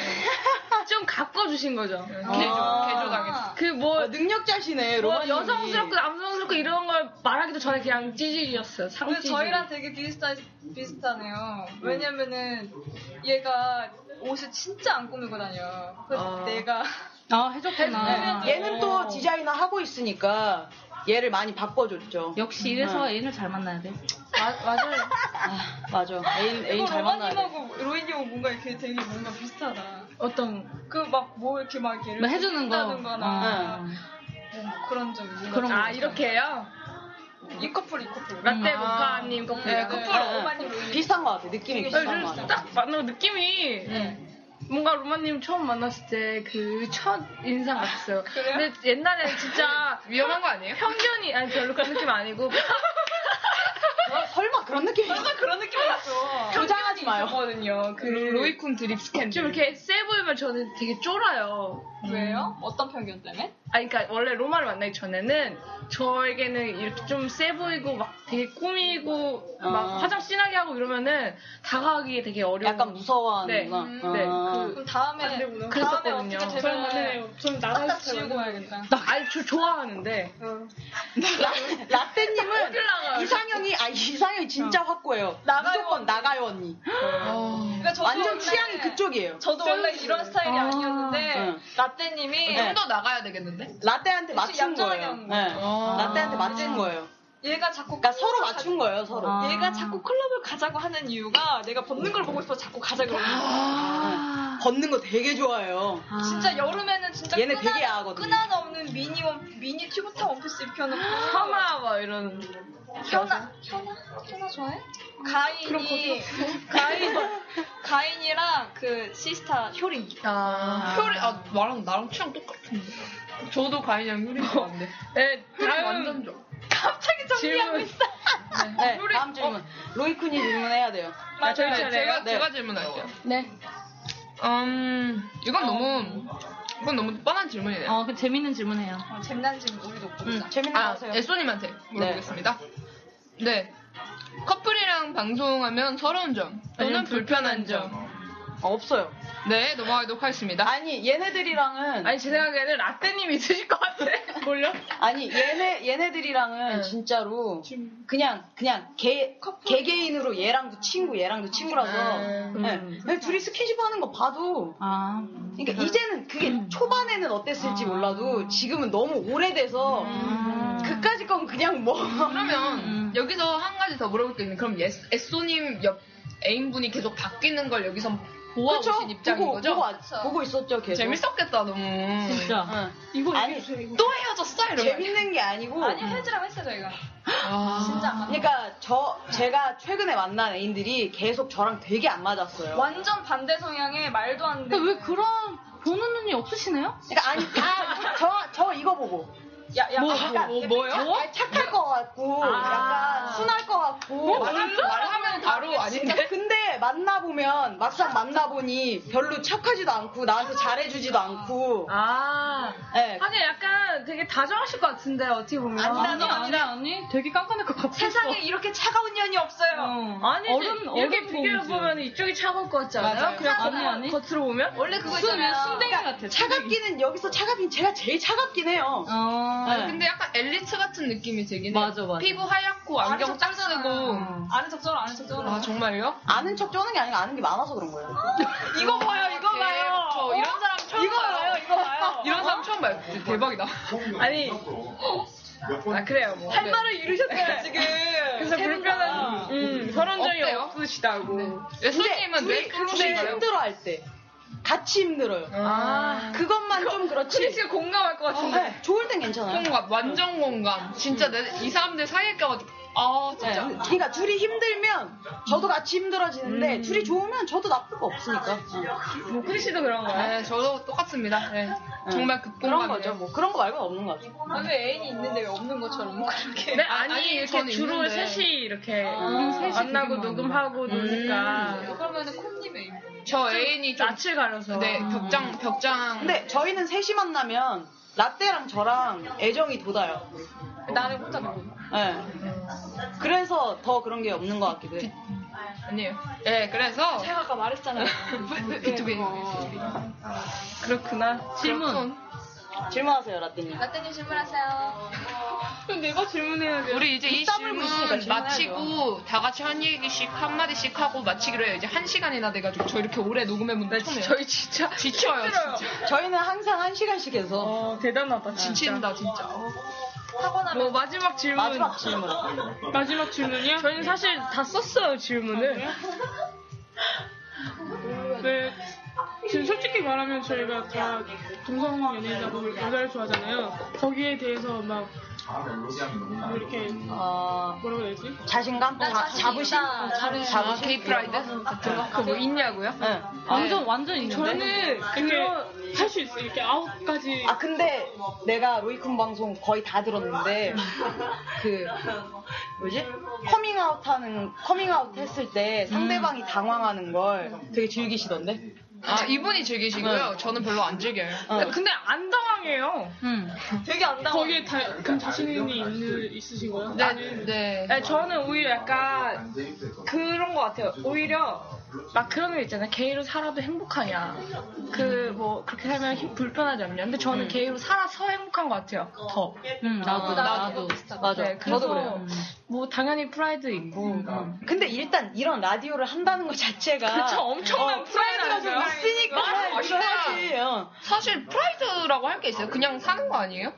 좀 가꿔주신 거죠.
네.
개조, 개조당했어. 어,
그뭐
능력자시네 로마님이.
여성스럽고 남성스럽고 이런 걸 말하기도 전에 그냥 찌질이었어요. 상
근데
찌질.
저희랑 되게 비슷하, 비슷하네요. 왜냐면은 얘가 옷을 진짜 안 꾸미고 다녀. 그래서
아.
내가
아 해줬구나.
해줬구나.
네. 얘는 또 디자이너 하고 있으니까 얘를 많이 바꿔줬죠.
역시
어.
이래서 애인을 잘 만나야 돼.
맞아요. 맞아. 애인 애인 잘 만나야 돼.
로마님하고 로이님하고 뭔가 이렇게 되게 뭔가 비슷하다.
어떤
그 막 뭐 이렇게 막 이렇게
뭐 해주는 거.
준다는 거나
아.
뭐 그런 점 있는
그런
거죠.
거. 아,
이렇게요?
이 커플 이 커플
라떼
음.
모카님 커플.
네, 커플
네.
로마님 로이님
비슷한 것 같아. 느낌이
네,
비슷한 것 같아.
그래서 딱 만나 느낌이 뭔가 로마님 처음 만났을 때 그 첫 인상 같았어요. 근데 옛날에 진짜
위험한 거 아니에요?
편견이 아니 별로 그런 느낌 아니고
설마 그런 느낌?
설마 그런 느낌이었어.
조장하지 마요. 음.
거든요. 그
로이쿰 드립 스캔들.
좀 이렇게 세 보이면 저는 되게 쫄아요.
왜요? 어떤 편견 때문에?
아니, 그러니까 원래 로마를 만나기 전에는 저에게는 이렇게 좀 세 보이고 막 되게 꾸미고 막
아.
화장 진하게 하고 이러면은 다가가기 되게 어려워.
약간
네,
무서워하는구나.
음,
아.
네. 그,
그럼 다음에 다음에
그랬었거든요.
어떻게 되면 싹다 지우고 와야겠다.
아니, 저 좋아하는데.
음. 그 라- *laughs* 라떼님은 이상형이 아 이상형이 진짜 확고해요. 무조건 나가요 언니. 어, 네.
그러니까 저도
완전
원래-
취향이 그쪽이에요.
저도 원래 이런 스타일이
아.
아니었는데
응.
라떼님이
네. 좀더
나가야 되겠는데?
라떼한테 맞춘
얌전하게
거예요.
하는
네. 라떼한테 맞춘 거예요.
얘가 자꾸
그러니까 서로 맞춘 거예요, 서로.
아. 얘가 자꾸 클럽을 가자고 하는 이유가 내가 벗는 걸 보고 싶어 자꾸 가자 그러는 거야.
네. 걷는 거 되게 좋아해요.
진짜 여름에는 진짜
얘네
끈한-
되게 야하거든요.
끈한 없는 미니 원 미니 튜브탑 원피스 입혀놓고
아.
하마 막 이런
현아 현아 현아 좋아해? 가인이 가인 가인이랑 그 시스타 효린
아.
효리, 아, 나랑, 나랑 취향 똑같은데. 저도 과일향 효리 좋아한데.
네,
효리
다음
완전 좋아.
갑자기 정리하고
질문.
있어.
네, 다음 질문. 로이쿤이 질문해야 돼요.
아, 저희
맞아요.
차례 제가,
네.
제가 질문할게요.
네.
음, 이건 너무, 이건 너무 뻔한 질문이네요.
어, 그 재밌는 질문해요.
어, 재미난 질문 예. 우리도 없고
음.
재밌는
아,
거 하세요.
애소님한테 물어보겠습니다. 네. 커플이랑 방송하면 서러운 점 또는
아니면
불편한 점.
어, 없어요.
네, 넘어가도록 하겠습니다.
아니, 얘네들이랑은
아니 제 생각에는 라떼님이 있으실 것
*laughs*
같아. 몰려?
아니 얘네 얘네들이랑은 진짜로 그냥 그냥 개 개개인으로 얘랑도 친구 얘랑도 친구라서 네. 근데 둘이 스킨십 하는 거 봐도 그러니까 이제는 그게 초반에는 어땠을지 몰라도 지금은 너무 오래돼서 그까짓 건 그냥 뭐
음,
그러면 여기서 한 가지 더 물어볼 게 있는데 그럼 예, 에소님 옆 애인분이 계속 바뀌는 걸 여기서 보아오신
그쵸?
입장인
보고,
거죠?
보고, 왔- 보고 있었죠 계속
재밌었겠다 너무.
진짜 이거 어. 아니
또 헤어졌어 이러면.
재밌는 게 아니고
아니 해지라고 했어 저희가. 진짜 안 맞아.
그러니까 저 제가 최근에 만난 애인들이 계속 저랑 되게 안 맞았어요.
완전 반대 성향의 말도 안 돼.
왜 그런 보는 눈이 없으시네요?
그러니까 아니 다저저 이거 보고
야, 야,
뭐,
아, 약간
뭐,
뭐,
약간 착할 것 같고 약간 순할 것 같고
뭐,
어, 말하면- 말하면 바로 아닌데?
진짜 그러니까 근데 만나보면 막상 만나보니 별로 착하지도 않고 나한테 잘해주지도 않고
아
네.
아니 약간 되게 다정하실 것 같은데 어떻게 보면
아니, 아니, 아니,
아니 되게 깐깐할 것 같아.
세상에 이렇게 차가운 년이 없어요.
아니
얼음, 얼음
이렇게 비교해 보면 이쪽이 차가울 것 같지 않아요?
맞아요.
그냥
아니,
겉-
아니.
겉으로 보면 그러니까
원래 그거 있잖아요.
같아.
차갑기는 여기서 차갑긴 제가 제일 차갑긴 해요.
어.
아니, 근데 약간 엘리트 같은 느낌이 되긴 해.
맞아, 맞아.
피부 하얗고
작고 안경 딱 쓰고
아는 척 쩔어, 아는 척 쩔어.
아 정말요?
아는 척 쪼는 게 아니라 아는 게 많아서 그런 거예요.
어, 이거 봐요, 이거 봐요. 저 이런 사람 처음
이거
봐요.
봐요, 이거 봐요.
*laughs* 이런 사람 처음 봐요. 대박이다. 아니. 아 그래요 뭐.
할
네.
말을 이루셨어요, 지금.
그래서
세분 다.
어.
불편한 음, 서런 적이
어때요?
없으시다고. 예수님은 왜 그러시나요?
힘들어할 때 같이 힘들어요.
아.
그것만 좀 그렇지. 어, 네.
크리스가 공감할 것 같은데.
좋을 땐 괜찮아요.
공감, 완전 공감. 진짜 내, 이 사람들 사이에 껴가지고. 아 진짜.
네. 그러니까 둘이 힘들면 저도 같이
음.
힘들어지는데 둘이 좋으면 저도 나쁠 거 없으니까.
뭐 크리스도 그런 거예요? 네, 저도 똑같습니다. 네. 정말 극공감.
그런 거죠. 뭐 그런 거 말고 없는 거 같아요.
아, 왜 애인이 있는데 왜 없는 것처럼 뭐 그렇게.
네, 아니, 이렇게 주로
있는데.
셋이 이렇게
아, 셋이
만나고
되게
녹음하고
많구나.
노니까.
음.
그러면은 콤님 애인.
저 애인이 좀 낯을 가려서. 네, 벽장 벽장.
근데 저희는 셋이 만나면 라떼랑 저랑 애정이 돋아요.
나는 혼자 먹는
네. 그래서 더 그런 게 없는 것 같기도 해.
아니에요. 예, 네, 그래서 그
제가 아까
*laughs*
말했잖아요.
비투비.
그렇구나.
질문.
질문하세요, 라떼님.
라떼님 질문하세요.
그럼 내가 질문해야 돼. 우리 이제 이
입담을
질문
보시니까 질문해야죠.
마치고 다 같이 한 얘기씩 한 마디씩 하고 마치기로 해요. 이제 한 시간이나 돼가지고 저 이렇게 오래 녹음해 본데 처음이에요. 저희 진짜 지쳐요. 진짜.
저희는 항상 한 시간씩 해서.
대단하다. 지친다 진짜.
뭐 마지막 질문.
어, 마지막 질문.
마지막 질문이요? 저희는 사실 다 썼어요 질문을.
네. 지금 솔직히 말하면 저희가 다 동성화 연예인이다 보고 여자를 좋아하잖아요. 거기에 대해서 막 뭐 이렇게 뭐라고 해야 되지?
자신감?
나
자-
자신감.
자부심?
나 자부심.
자부심?
아, 게이프라이드?
같은 거? 그거 뭐 있냐고요?
네.
아,
완전,
완전
저는 이렇게 할 수 있어요. 이렇게 아홉 가지.
아 근데 내가 로이쿤 방송 거의 다 들었는데 그 뭐지 커밍아웃 하는 커밍아웃 했을 때 상대방이
음.
당황하는 걸 되게 즐기시던데
아 이분이 즐기시고요.
네.
저는 별로 안 즐겨요.
어.
음.
응.
근데 안 당황해요.
되게 안 당황. 거기에 다, 그럼 자신이 있는, 있으신 거예요?
네,
나는-
네.
네, 저는 오히려 약간 그런 것 같아요. 오히려 막 그런 거 있잖아요. 게이로 살아도 행복하냐. 그 뭐 그렇게 살면 힘- 불편하지 않냐. 근데 저는
음. 아,
게이로 살아서 행복한 것 같아요. 더.
음, 나도, 나도. 맞아.
네, 그래서 음,
저도 그래요.
뭐 당연히 프라이드 있고.
근데 일단 이런 라디오를 한다는 것 자체가 어,
그쵸, 엄청난
프라이드가 좀
프라이드죠.
있으니까
맞아,
이걸
멋있다.
하지. 어.
사실 프라이드라고 할 게 있어요. 그냥 사는 거 아니에요?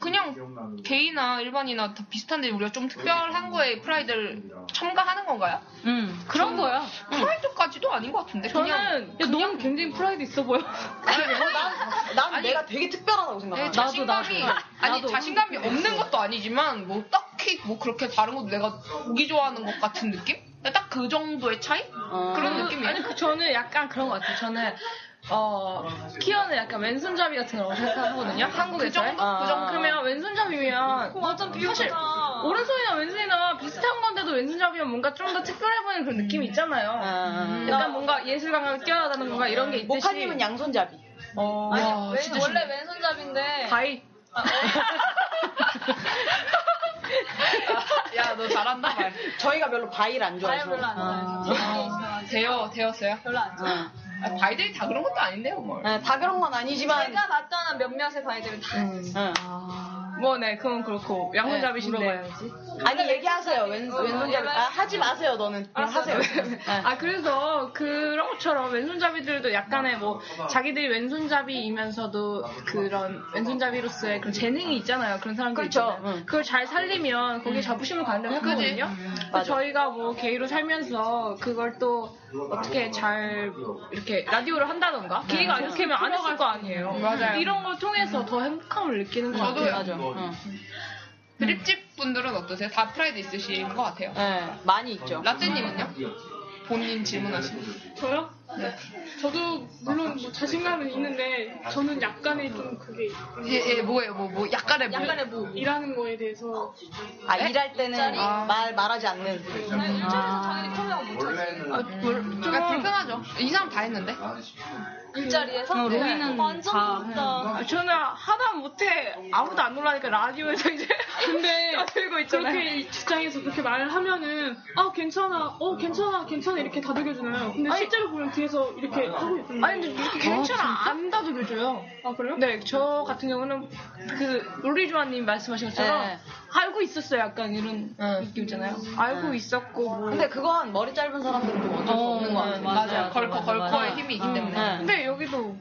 그냥 게이나 일반이나 다 비슷한데 우리가 좀 특별한 거에 프라이드를 첨가하는 건가요?
음,
그런 거야. 프라이드까지도 아닌 것 같은데. 그냥
저는 너무 굉장히 프라이드 있어 보여.
뭐 난, 난 내가 되게 특별하다고 생각해.
네, 자신감이 아니 자신감이 없는 것도 아니지만 뭐 딱히 뭐 그렇게 다른 것도 내가 고기 좋아하는 것 같은 느낌? 딱 그 정도의 차이? 그런 느낌이에요.
아니, 그 저는 약간 그런 것 같아요. 저는, 어, 키어는 약간 왼손잡이 같은 거라고 생각하거든요. 한국에서. 어,
그 정도? 그 정도?
아, 그러면 왼손잡이면. 완전 사실, 오른손이나 왼손이나 비슷한 건데도 왼손잡이면 뭔가 좀 더 특별해 보이는 그런 느낌이 있잖아요.
음,
약간 뭔가 예술 감각을 뛰어나다는 뭔가 이런 게 있듯이.
목사님은 그러니까 양손잡이.
어,
아니,
와,
왜,
진짜
원래 왼손잡인데.
바이.
*laughs* 야, 너 잘한다. 말.
저희가 별로 바위를 안 좋아해서.
바위를 별로 안 아, 되어, 되었어요?
별로 안 좋아.
아, 바이들이 다 그런 것도 아닌데요, 뭘.
네, 다 그런 건 아니지만. 음.
제가 봤던 몇몇의 바이들은 다.
뭐, 네, 그건 그렇고. 양손잡이신데.
아니 얘기하세요. 왼,
어,
왼손잡이. 아, 하지 마세요. 너는. 그냥 하세요.
아 그래서 그런 것처럼 왼손잡이들도 약간의 뭐 자기들이 왼손잡이이면서도 그런 왼손잡이로서의 그런 재능이 있잖아요. 그런 사람들 그렇죠. 그걸 잘 살리면 거기에 자부심을 갖는다고 생각하거든요. 근데 저희가 뭐 게이로 살면서 그걸 또 어떻게 잘 이렇게 라디오를 한다던가 게이가 안 이렇게 하면 안 했을 거 아니에요.
맞아요.
이런 걸 통해서 더 행복함을 느끼는 것
저도요.
같아요. 어.
맞아요. 드립집 분들은 어떠세요? 다 프라이드 있으신 것 같아요.
네, 많이
어,
있죠.
라떼님은요? 본인 질문하시는
저요?
네.
저도 물론 뭐 자신감은 있는데 저는 약간의 좀 그게
예, 예, 뭐예요? 뭐, 뭐, 약간의 뭐.
일하는 거에 대해서
아, 일할 때는 말, 말하지 않는.
아, 뭘, 그러니까 불편하죠. 이 사람 다 했는데.
어,
일자리에서?
어, 로이는
완전
다
부럽다.
해요. 저는 하다 못해 아무도 안 놀라니까 라디오에서 이제 *laughs*
근데
들고 있잖아요.
그렇게 이 직장에서 그렇게 말을 하면은 아 괜찮아 어 괜찮아 괜찮아 이렇게 다독여주나요 근데 실제로 보면 뒤에서 이렇게 하고 있잖아요
아니 근데 이렇게 괜찮아 안 다독여줘요. 아 그래요? 네 저 같은 경우는 그 우리 조아님 말씀하신 것처럼
네. 음.
알고 있었어요. 약간 이런 느낌이잖아요. 알고 있었고 뭐.
근데 그건 머리 짧은 사람들은 좀 어쩔 수 음. 없는 것 같아요.
맞아요.
걸커 걸커의 힘이 있기 때문에.
근데 여기도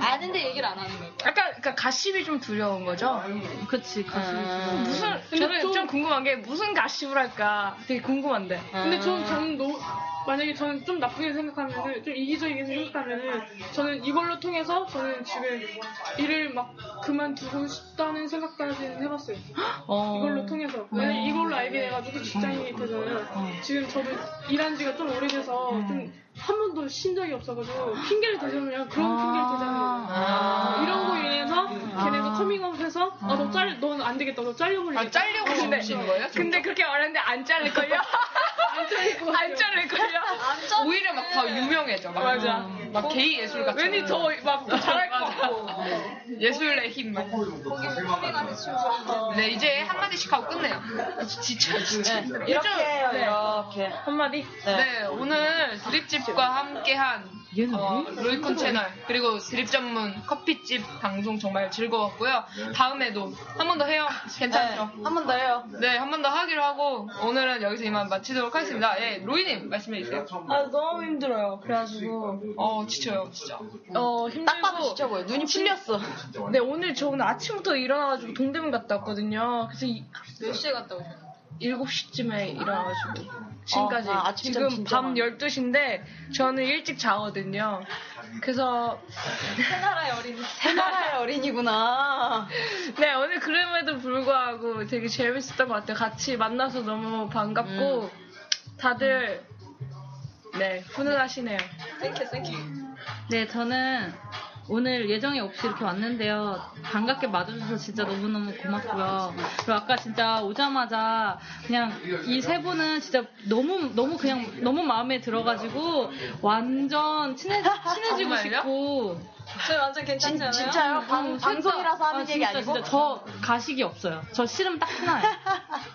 아는데 얘기를 안 하는 거예요.
약간 그러니까 가십이 좀 두려운 거죠. 그치 가십이
음.
무슨 저는 좀, 궁금한 게 무슨 가십을 할까 되게 궁금한데.
근데 저는 저는 너무 만약에 저는 좀 나쁘게 생각하면은 좀 이기적이게 생각하면은 저는 이걸로 통해서 저는 지금 일을 막 그만두고 싶다는 생각까지는 해봤어요.
어. 어.
이걸로 통해서 왜냐 면 이걸로 알게 돼가지고 직장인이 되잖아요. 지금 저도 일한 지가 좀 오래돼서
음.
좀 한 번도 쉰 적이 없어가지고 핑계를 대자면 그런 핑계를 대자면
아.
이런 거 인해서 걔네가 커밍아웃해서 아너 잘려 넌안 되겠다 너
아,
잘려버리겠다.
아, 잘려고
근데-
싶으신 거예요?
근데
그렇게 말하는데 안 잘릴걸요?
안 잘릴 것 같아요.
안 잘릴걸요?
오히려 막 다 유명해져. 막,
맞아.
막 게이 예술 같은.
왠지 더막
*laughs*
잘할 것 같고.
예술의 힘. 막. 네, 이제 한마디씩 하고 끝내요. 지쳐, 진짜.
이렇게 해요, 이렇게.
한마디? 네, 오늘 드립집과 함께한 어,
네.
로이콘 채널, 그리고 드립 전문 커피집 방송 정말 즐거웠고요.
네.
다음에도 한 번 더 해요. 괜찮죠?
네, 한번 더 해요.
네, 한 번 더 하기로 하고, 오늘은 여기서 이만 마치도록 하겠습니다. 예, 로이님, 말씀해주세요.
아 너무 힘들어요. 그래가지고
어, 지쳐요, 진짜.
어 힘들고 딱 봐도 지쳐
보여. 눈이 풀렸어.
네 오늘 저 오늘 아침부터 일어나가지고 동대문 갔다 왔거든요. 그래서 이,
몇 시에 갔다 오세요?
7시쯤에 일어나가지고 지금까지
어, 아, 아침
지금
진짜
밤
많아.
12시인데 저는 일찍 자거든요. *laughs* 그래서
새나라의 어린이.
*laughs*
새나라의 어린이구나. 네, 오늘 그럼에도 불구하고 되게 재밌었던 것 같아요. 같이 만나서 너무 반갑고
음.
다들 네, 훈훈하시네요.
땡큐, 땡큐.
네, 저는 오늘 예정이 없이 이렇게 왔는데요. 반갑게 맞아주셔서 진짜 너무너무 고맙고요. 그리고 아까 진짜 오자마자 그냥 이 세 분은 진짜 너무, 너무 그냥 너무 마음에 들어가지고 완전 친해, 친해지고 싶고.
저희 완전 괜찮지 않아요?
어, 진짜. 아, 진짜, 진짜 저 가식이 없어요. 저 싫으면 딱 하나요.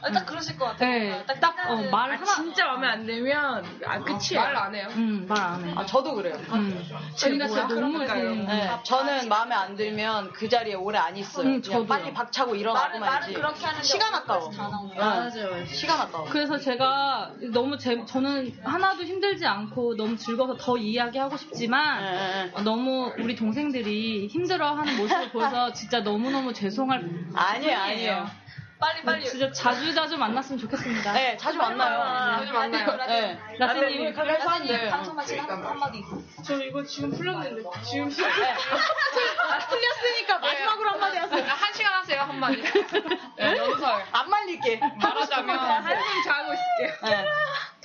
아, 딱 그러실 것 같아요.
네, 딱 어, 말을
아, 진짜 마음에 안 들면 아, 끝이에요.
어, 말을 안 해요.
음, 말 안 해요.
아, 저도 그래요.
음. 저희가 진짜 너무 음,
네, 저는 마음에 안 들면 그 자리에 오래 안 있어요. 그냥
음, 저도요.
빨리 박차고 일어나고만
말은- 말은
지
그렇게 하는데
시간 아까워.
다 나오네요.
네.
맞아요.
시간 아까워.
그래서 제가 너무 제, 저는 하나도 힘들지 않고 너무 즐거워서 더 이야기하고
네.
싶지만 어, 너무 우리 동생들이 힘들어하는 모습을 보여서 진짜 너무너무 죄송할
아니에요, 아니에요.
빨리 빨리 진짜 자주 자주 만났으면 좋겠습니다.
네, 자주
아,
아,
만나요.
자주 만나요.
네.
라떼님
그래서 안 돼요.
방송 마치고 한- 한마디.
저 이거 지금 풀렸는데 지금
풀렸으니까 그러니까 마지막으로 한마디 하세요.
한 시간 하세요,
*laughs*
한마디. 네, 연설.
안 말릴게.
말하자면.
한숨 자고 있을게요.
네.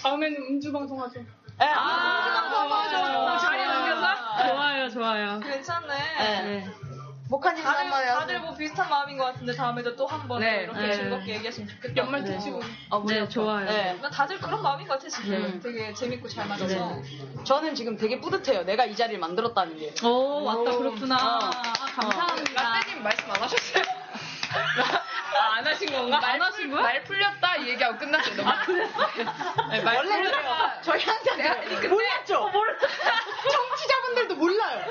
다음에는 음주 방송하죠.
네,
아,
아,
어, 자리 옮겨서?
좋아요, 좋아요.
괜찮네.
네.
목한
다들, 다들 뭐 비슷한 마음인 것 같은데 다음에도 또 한 번
네.
이렇게
네.
즐겁게 얘기하시면 좋겠다.
연말 특집으로. 네, 좋아요.
다들 그런 마음인 것 같아 진짜.
네.
음.
되게 재밌고 잘 맞아서.
저는 지금 되게 뿌듯해요. 내가 이 자리를 만들었다는 게.
오, 맞다, 그렇구나. 아,
감사합니다. 라떼님 말씀 안 하셨어요? 아, 안 하신 건가? 안 하신
뭐?
거야? 말 풀렸다 이 얘기하고 끝났어요. 너무. 아, 그랬어요? 네, 말
원래
풀렸다.
그래요. 저희
내가-
항상 그래요.
아니, 근데-
몰랐죠? *laughs* 청취자분들도 몰라요.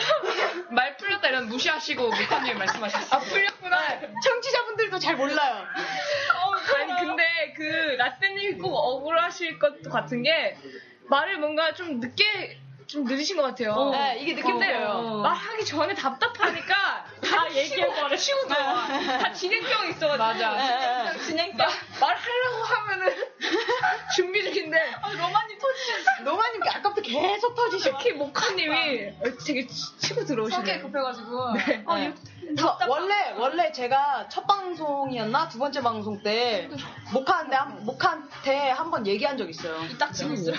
말 풀렸다 이런 무시하시고 미카님 말씀하셨어요. 아, 풀렸구나.
청취자분들도 잘 몰라요.
아니 근데 그 라떼님이 꼭 억울하실 것 같은 게 말을 뭔가 좀 늦게 좀 늦으신 것 같아요.
어. 네, 이게 늦게
근데
보여요.
말하기 전에 답답하니까
아,
다 얘기해버려. 치우죠. 다 진행병이 있어가지고.
예,
맞아.
진행병, 진행병. 말하려고 하면은 *laughs* 준비 중인데. 로마님 터지셨어.
로마님 아까부터 계속 터지셔.
특히 모카님이 되게 치- 치고 네. 들어오시네.
성격 급해가지고.
어, 저 원래 원래 제가 첫 방송이었나 두 번째 방송 때 모카한테 한, 모카한테 한 번 얘기한 적 있어요. 딱 지금 있어요.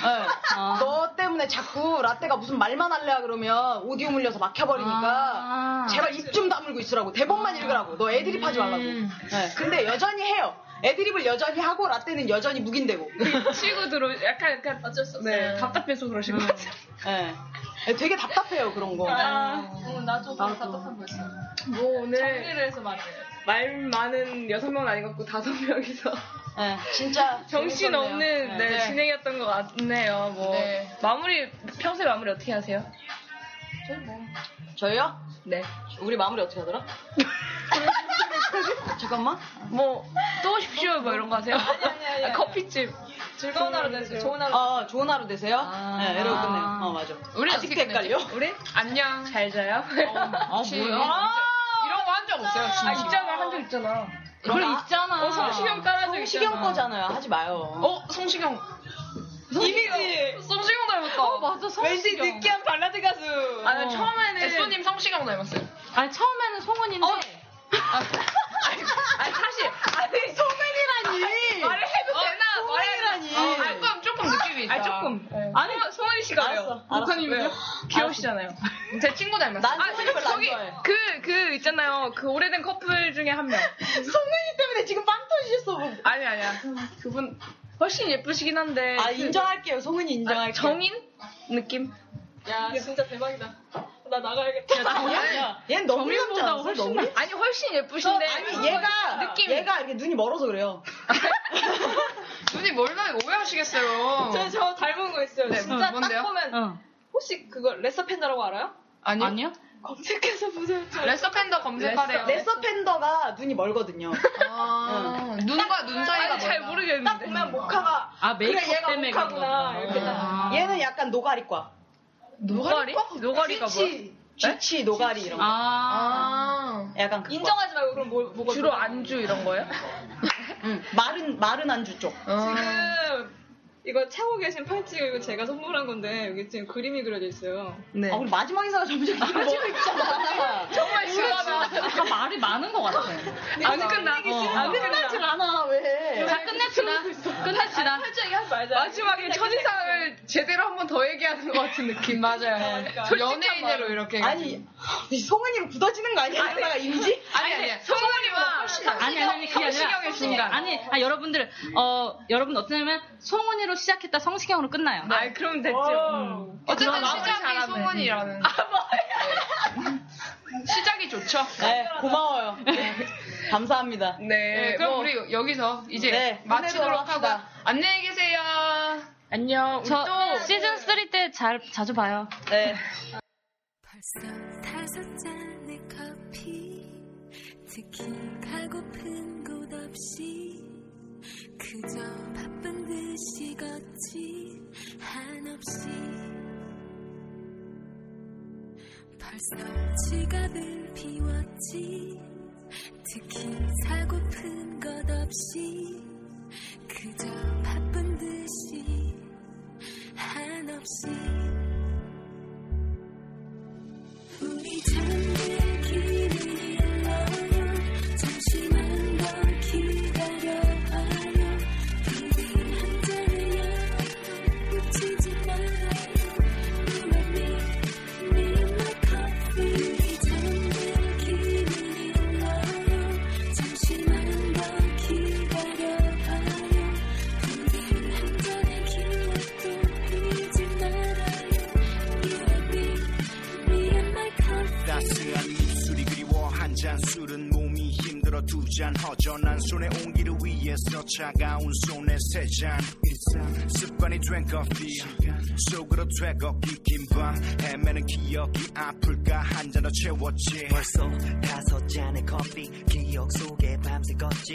너 때문에 자꾸 라떼가 무슨 말만 할래 그러면 오디오 물려서
아.
막혀버리니까 제발 입 좀 다물고 있으라고 대본만 읽으라고 너 애드립 하지 말라고.
음.
네, 근데 여전히 해요. 애드립을 여전히 하고 라떼는
*laughs*
여전히 묵인되고.
치고 들어 약간 약간 어쩔 수 없어요. 네, 답답해서 그러신 것 같아요.
음. 네, 되게 답답해요 그런 거.
나도 너무 답답한 거였어.
뭐 오늘
정리를 해서 말해.
말 많은 여섯 명 아닌 것 같고 다섯 명이서
네, 진짜
정신
재밌었네요.
없는
네. 네.
진행이었던 것 같네요. 뭐 마무리 평소에 마무리 어떻게 하세요?
저희요?
네.
우리 마무리 어떻게 하더라? 잠깐만.
뭐 또 오십시오 뭐 이런 거 하세요? 아니 아니 아니. 커피집.
즐거운 하루 되세요. 좋은 하루. 어, 좋은 하루 되세요. 네, 이러고 끝내요. 어, 맞아.
우리
아직
어떻게 끝내지?
헷갈려?
우리 안녕. 잘 자요.
아, 뭐야?
이런 거 한 적 없어요.
아, 있잖아.
한 적 있잖아.
그럼 아,
어, 성시경 따라한 적 있잖아.
성시경 거잖아요. 하지 마요.
어, 성시경. 이미지. 성시경 닮았다. 어, 맞아.
왠지 느끼한
발라드 가수. 아, 나
어.
처음에는
대표님
대표님 성시경 닮았어요.
아니 처음에는 송은인데
아, *laughs* 아니 사실 아니
소맨이라니 어,
말을 해도 되나 말이라니 아, 그럼 조금 느낌이 있다
아, 조금.
아니 소원이 씨가 왜요
알았어.
왜요? 귀여우시잖아요 제 친구 닮았어
난
아,
소원이 별로 안
저기
좋아해.
그그 있잖아요 그 오래된 커플 중에 한명
송은이 때문에 지금 빵 터지셨어.
아니 아니야 그분 훨씬 예쁘시긴 한데
아, 인정할게요. 송은이 인정할게요.
정인 느낌
야,
진짜 대박이다 나 나가야겠다 네.
야, 얘는 너무 귀엽지 않아?
훨씬
너무
나- 아니 훨씬 예쁘신데
아니 얘가
느낌이
얘가 이렇게 눈이 멀어서 그래요.
눈이 멀면 오해하시겠어요.
저, 저 닮은 거 있어요.
네,
진짜
어, 뭔데요?
딱 보면 혹시 그거 레서팬더라고 알아요?
아니요.
검색해서 보세요. 저-
레서팬더 검색하래요.
네. 레서 팬더가 눈이 멀거든요.
아, 눈과 눈 사이가
아니, 잘
멀다.
모르겠는데. 딱 보면 뭐 모카가
아, 메이크업
그래, 얘가
때문에
모카구나
그런가.
이렇게
아.
딱. 얘는 약간 노가리과.
노가리? 노가리가
쥐치, 쥐치 노가리 이런 거.
아.
약간 그거.
인정하지 말고 그럼 뭐, 뭐가
주로
좋아요?
안주 이런 거예요?
응, 마른 마른 안주 쪽.
지금 이거 차고 계신 팔찌가 이거 제가 선물한 건데 여기 지금 그림이 그려져 있어요.
네. 아, 우리 마지막 인사가 점점 길어지고 있잖아.
정말 심하다.
다 말이 많은 것 같아.
안 끝나.
안 끝나질 않아 왜?
자 끝냅시다. 끝냅시다.
아,
솔직히 하지 말자.
마지막에 첫인상을 제대로 한 번 더 얘기하는 것 같은 느낌. 맞아요. 연예인으로 이렇게.
아니, 이 송은이로 굳어지는 거 아니야? 네. 이러다가 이미지?
아니, 아니, 성훈이와 훨씬 낫지.
아니 아니 아니 그게 아니라
성시경의 순간.
아니 아 여러분들 어 여러분 어쩌면 송은이로 시작했다 성시경으로 끝나요.
아, 그럼 됐죠. 음. 어쨌든 시작이 송은이라는. 아, 뭐야. *laughs* 시작이 좋죠.
네, 고마워요. 감사합니다.
네, 그럼
뭐,
우리 여기서 이제
네,
마치도록
끝내도록
하고
합시다.
안녕히 계세요. 안녕.
저 시즌 3 때 잘 자주 봐요.
네.
벌써 다섯 잔의 커피 특히 가고픈 곳 없이 그저 바쁜 듯이 걷지 한없이 벌써 지갑을 비웠지 특히 사고픈 것 없이 그저 바쁜 듯이 한없이 우리 잠들기를 일러요 잠시만 더 기다려봐요 비밀 한 잔을 열어요 놓치지 말아요 You and me, me and my coffee 우리 잠들기를 일러요 잠시만 더 기다려봐요 비밀 한 잔의 기억도 잊지 말아요 You and me
따스한 입술이 그리워 한 잔 술은 몸이 힘들어 두 잔 허전한 손의 온기를 위해서 차가운 손에 세잔 습관이 된 커피 속으로 되겁기 긴밤 헤매는 기억이 아플까 한 잔 더 채웠지
벌써 다섯 잔의 커피 기억 속에 밤새 걷지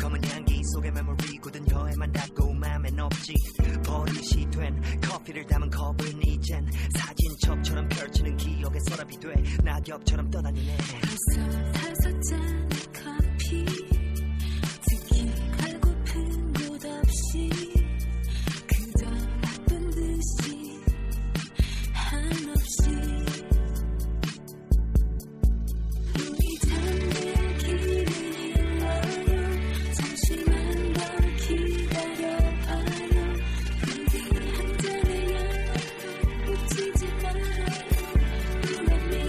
검은 향기 속에 메모리 굳은 여에만 닿고 맘엔 없지 버릇이 된 커피를 담은 컵은 이젠 사진첩처럼 펼치는 기억에 서랍이 돼 낙엽처럼 떠다니네
벌써 다섯 잔의 커피 특히 가고픈 곳 없이 그저 바쁜 듯이 한없이 우리 잠들기를 일러요 잠시만 더 기다려봐요 우리 한 잔의 여름 놓치지 말아요 You and me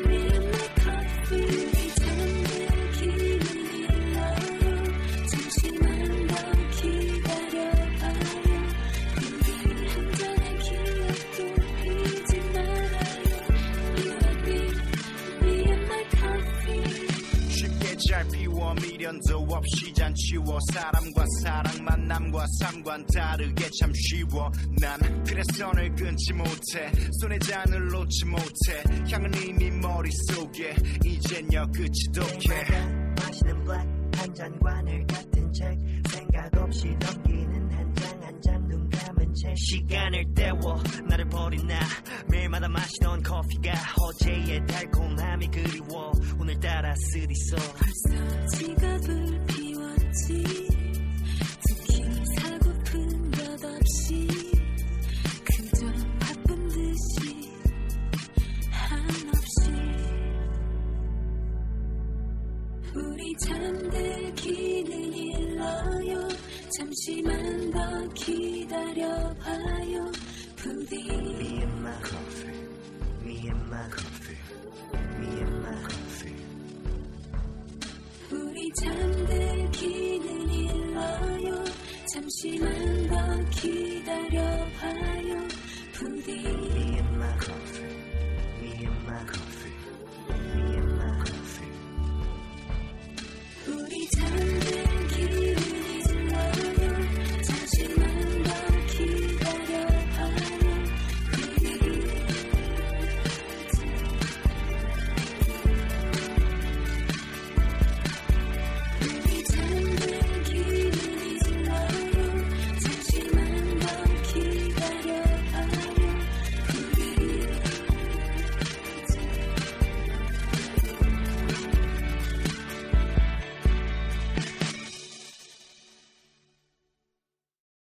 Me and my coffee, 우리 잠들기를 일러요. 잠시만 더 기다려봐요. 우리 한 잔의 기억도 잊지 말아요. You and me, me and my coffee.
쉽게 잘 피워 미련도 없이 잔치워 사람과 사랑 만남과 삼관 다르게 참 쉬워 난 그래서 널 끊지 못해 손에 잔을 놓지 못해 향은 이미 머릿속에 이젠 여끝이 독해
마시는 블랙 한 잔과늘 같은 책 생각 없이 넘기는 한 장 한 장 눈 감은 채
시간을 때워 나를 버린 나 매일마다 마시던 커피가 어제의 달콤함이 그리워 오늘따라 쓰리써
지갑을 비웠지 특히 사고픈 것 없이 그저 바쁜 듯이 한없이 우리 잠들기는 일러요 잠시만 더 기다려봐요 부디
Me and my coffee Me and my coffee Me and my coffee
우리 잠들기는 일러요 잠시만